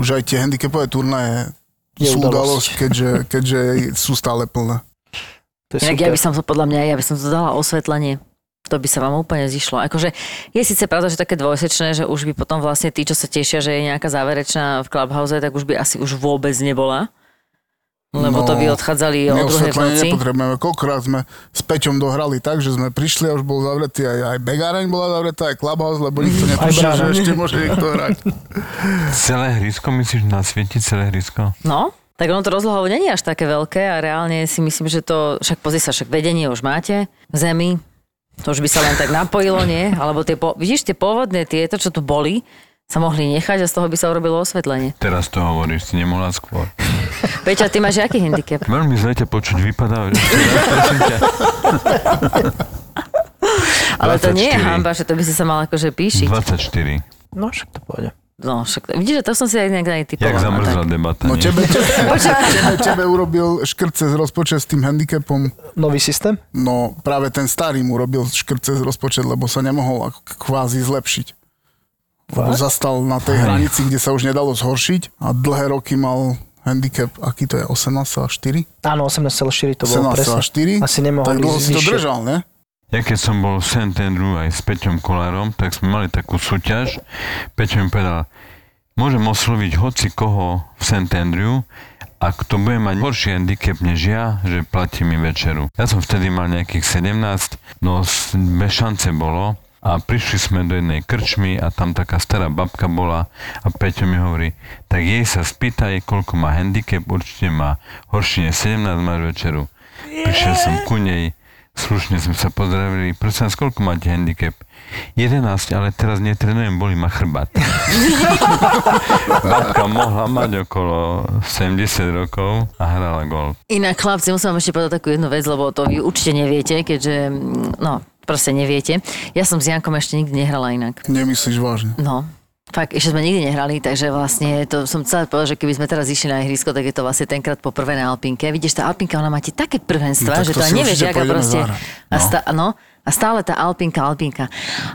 Speaker 7: už aj tie handicapové turnaje
Speaker 2: Je
Speaker 7: sú udalosť,
Speaker 2: udalosť.
Speaker 7: keďže, keďže sú stále plné.
Speaker 2: To je
Speaker 4: Inak ja by som to podľa mňa, ja by som to dala osvetlenie. To by sa vám úplne zišlo. Akože je síce pravda, že také dvojsečné, že už by potom vlastne tí, čo sa tešia, že je nejaká záverečná v Clubhouse, tak už by asi už vôbec nebola. Lebo to by
Speaker 7: No,
Speaker 4: odchádzali o druhej v
Speaker 7: Neosvetlenie
Speaker 4: noci.
Speaker 7: nepotrebujeme. Koľkokrát sme s Peťom dohrali tak, že sme prišli a už bol zavretý aj, aj Begáreň bola zavretá, aj Clubhouse, lebo nikto netušil,
Speaker 2: brána.
Speaker 7: že ešte môže niekto hrať.
Speaker 6: Celé hrysko, myslíš, nasvietiť celé hrysko?
Speaker 4: No, tak ono to rozlohovo není až také veľké a reálne si myslím, že to, však pozri sa, však vedenie už máte v zemi, to už by sa len tak napojilo, nie? Alebo tie, po, vidíš, tie pôvodné tieto, čo tu boli, sa mohli nechať a z toho by sa urobilo osvetlenie.
Speaker 6: Teraz to hovoríš, si nemohla skôr.
Speaker 4: Peťa, ty máš aký handicap?
Speaker 6: Veľmi zle ťa počuť vypadá.
Speaker 4: Ale to nie je
Speaker 6: 24.
Speaker 4: hamba, že to by si sa mal akože píšiť.
Speaker 6: 24.
Speaker 2: No však to pôjde.
Speaker 4: No však, vidíš, že to som si aj nejak aj
Speaker 6: Jak
Speaker 4: typovala.
Speaker 6: zamrzla debata.
Speaker 7: No
Speaker 6: nie?
Speaker 7: tebe, tebe, tebe, tebe urobil škrt cez rozpočet s tým handicapom,
Speaker 2: Nový systém?
Speaker 7: no práve ten starý mu urobil škrt cez rozpočet, lebo sa nemohol ako kvázi zlepšiť. Lebo zastal na tej hranici, kde sa už nedalo zhoršiť a dlhé roky mal handicap, aký to je, 18 a 4?
Speaker 2: Áno, 18,4 to bolo
Speaker 7: 18
Speaker 2: presne.
Speaker 7: a 4?
Speaker 2: Asi nemohol
Speaker 7: Tak dlho
Speaker 2: ísť
Speaker 7: si to
Speaker 2: vyššie.
Speaker 7: držal, ne?
Speaker 6: Ja keď som bol v St. Andrew aj s Peťom Kolárom, tak sme mali takú súťaž. Peťo mi povedal, môžem osloviť hoci koho v St. Andrew, a kto bude mať horší handicap než ja, že platí mi večeru. Ja som vtedy mal nejakých 17, no s- bez šance bolo. A prišli sme do jednej krčmy a tam taká stará babka bola a Peťo mi hovorí, tak jej sa spýtaj, koľko má handicap, určite má horší než 17, máš večeru. Prišiel som ku nej, slušne sme sa pozdravili, prosím vás, koľko máte handicap? 11, ale teraz netrenujem, boli ma chrbát. Babka mohla mať okolo 70 rokov a hrala golf.
Speaker 4: Inak chlapci, musím vám ešte povedať takú jednu vec, lebo to vy určite neviete, keďže, mm, no, proste neviete. Ja som s Jankom ešte nikdy nehrala inak.
Speaker 7: Nemyslíš vážne.
Speaker 4: No, fakt, ešte sme nikdy nehrali, takže vlastne to som chcela povedať, že keby sme teraz išli na ihrisko, tak je to vlastne tenkrát poprvé na Alpinke. Vidíš, tá Alpinka, ona má ti také prvenstva,
Speaker 7: No, tak
Speaker 4: že
Speaker 7: to
Speaker 4: to,
Speaker 7: si
Speaker 4: ani nevieš,
Speaker 7: určite
Speaker 4: aká
Speaker 7: pôjdeme
Speaker 4: proste...
Speaker 7: zahrať.
Speaker 4: A, stá, no, a stále tá Alpinka, Alpinka.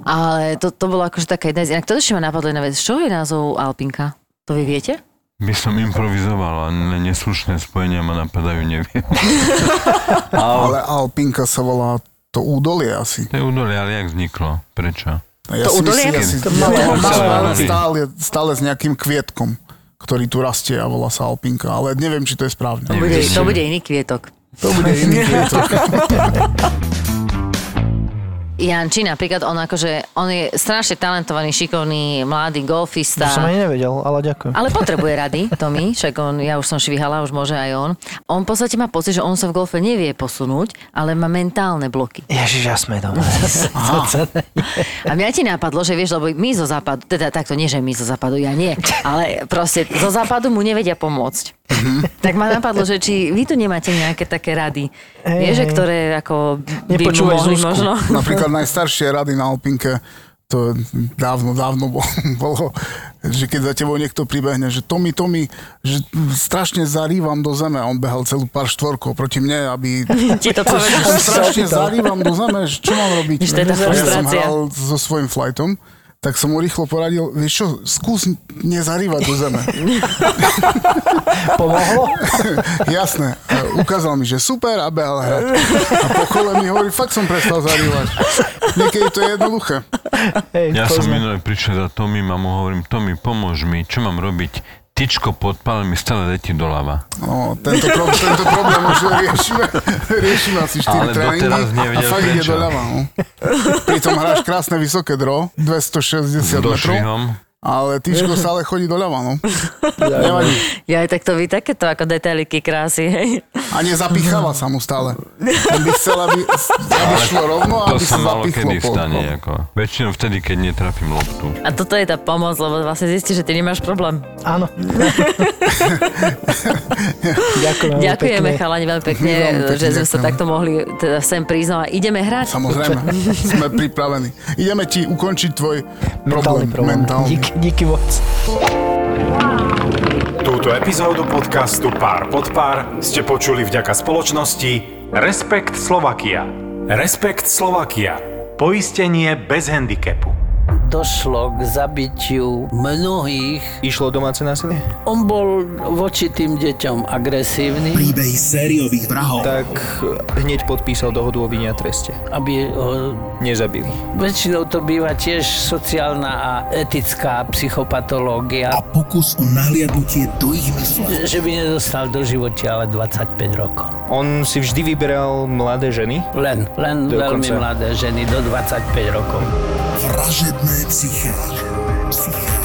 Speaker 4: Ale to, to bolo akože taká jedna z... Inak to ešte ma napadlo jedna vec. Čo je názov Alpinka? To vy viete?
Speaker 6: By som improvizoval, ale neslušné spojenia ma napadajú, neviem.
Speaker 7: Ale Alpinka sa volá to údolie asi.
Speaker 6: To je údolie, ale jak vzniklo? Prečo?
Speaker 7: Ja
Speaker 4: To
Speaker 7: si
Speaker 4: údolie?
Speaker 7: myslím, asi-
Speaker 2: To malé-
Speaker 7: to
Speaker 6: malé
Speaker 7: stále,
Speaker 6: údolie.
Speaker 7: stále, stále s nejakým kvietkom, ktorý tu rastie a volá sa Alpinka, ale neviem, či to je správne.
Speaker 4: To bude,
Speaker 6: Neviem.
Speaker 4: to bude iný kvietok.
Speaker 7: To bude iný kvietok.
Speaker 4: Janči napríklad, on akože, on je strašne talentovaný, šikovný, mladý golfista.
Speaker 2: To som ani nevedel, ale ďakujem.
Speaker 4: Ale potrebuje rady, Tomi, však on, ja už som švihala, už môže aj on. On v podstate má pocit, že on sa v golfe nevie posunúť, ale má mentálne bloky.
Speaker 2: Ježiš, ja sme doma. To celé je.
Speaker 4: A mňa ti napadlo, že vieš, lebo my zo západu, teda takto nie, že my zo západu, ja nie, ale proste zo západu mu nevedia pomôcť.
Speaker 2: Mhm.
Speaker 4: tak ma napadlo, že či vy tu nemáte nejaké také rady,
Speaker 2: Hej,
Speaker 4: vieš, že
Speaker 2: hej.
Speaker 4: ktoré ako by mu
Speaker 2: Nepočúvaj
Speaker 4: mohli
Speaker 2: Zuzku.
Speaker 4: možno...
Speaker 7: Napríklad najstaršie rady na Alpinke, to dávno, dávno bo- bolo, že keď za tebou niekto pribehne, že Tomi, Tomi, že strašne zarývam do zeme. On behal celú pár štvorkov proti mne, aby...
Speaker 4: Ti to povedal.
Speaker 7: Som strašne zarývam do zeme, že čo mám robiť?
Speaker 4: Víš, to je tá
Speaker 7: ja som
Speaker 4: frustrácia.
Speaker 7: hral so svojím flightom, tak som mu rýchlo poradil, vieš čo, skús nezarývať do zeme.
Speaker 2: Pomohlo?
Speaker 7: Jasné. E, Ukázal mi, že super a behal hrať. A po kole mi hovorí, fakt som prestal zarývať. Niekedy to je jednoduché.
Speaker 2: Hej,
Speaker 6: Ja
Speaker 2: to
Speaker 6: som
Speaker 2: sme-
Speaker 6: minulé prišiel za Tomi a mu hovorím, Tomi, pomôž mi, čo mám robiť? Tyčko podpal mi stále letí doľava.
Speaker 7: No, tento, pro, tento problém už riešime, riešime asi 4
Speaker 6: Ale doteraz
Speaker 7: tréningy a
Speaker 6: nevedel
Speaker 7: fakt ide
Speaker 6: prečo.
Speaker 7: do ľava. No. Pritom hráš krásne vysoké dro, 260 metrov,
Speaker 6: Došvihom.
Speaker 7: ale tyčko stále chodí do ľava. No. Nevadí.
Speaker 4: Ja aj tak to vy takéto ako detailiky krásy, hej.
Speaker 7: A nezapicháva sa mu stále. On by chcel, aby, aby šlo rovno a
Speaker 6: To
Speaker 7: aby
Speaker 6: sa
Speaker 7: sa
Speaker 6: malo
Speaker 7: zapichlo.
Speaker 6: kedy
Speaker 7: po-
Speaker 6: stane.
Speaker 7: po-
Speaker 6: Ako. Väčšinou vtedy, keď netrafím loptu.
Speaker 4: A toto je tá pomoc, lebo vlastne zistíš, že ty nemáš problém.
Speaker 2: Áno. Ďakujem. veľmi
Speaker 4: Ďakujeme
Speaker 2: pekne.
Speaker 4: chalani veľmi pekne,
Speaker 7: My veľmi pekne
Speaker 4: že sme sa
Speaker 7: ďakujeme.
Speaker 4: takto mohli teda sem prísť. No a ideme hrať.
Speaker 7: Samozrejme, sme pripravení. Ideme ti ukončiť tvoj
Speaker 2: Mentálny
Speaker 7: problém.
Speaker 2: problém.
Speaker 7: Mentálny.
Speaker 2: Díky, díky moc.
Speaker 3: Túto epizódu podcastu Pár pod pár ste počuli vďaka spoločnosti Respekt Slovakia. Respekt Slovakia. Poistenie bez handicapu.
Speaker 9: došlo k zabitiu mnohých.
Speaker 10: Išlo o domáce násilie?
Speaker 9: On bol voči tým deťom agresívny,
Speaker 11: Príbehy sériových vrahov.
Speaker 10: Tak hneď podpísal dohodu o vine a treste.
Speaker 9: aby ho...
Speaker 10: Nezabili.
Speaker 9: Väčšinou to býva tiež sociálna a etická psychopatológia,
Speaker 11: A pokus o nahliadnutie do ich mysle.
Speaker 9: že by nedostal do života ale 25 rokov.
Speaker 10: On si vždy vyberal mladé ženy.
Speaker 9: Len, len
Speaker 10: Dokonca.
Speaker 9: veľmi mladé ženy do 25 rokov.
Speaker 11: Vražedné psyché. Psyché.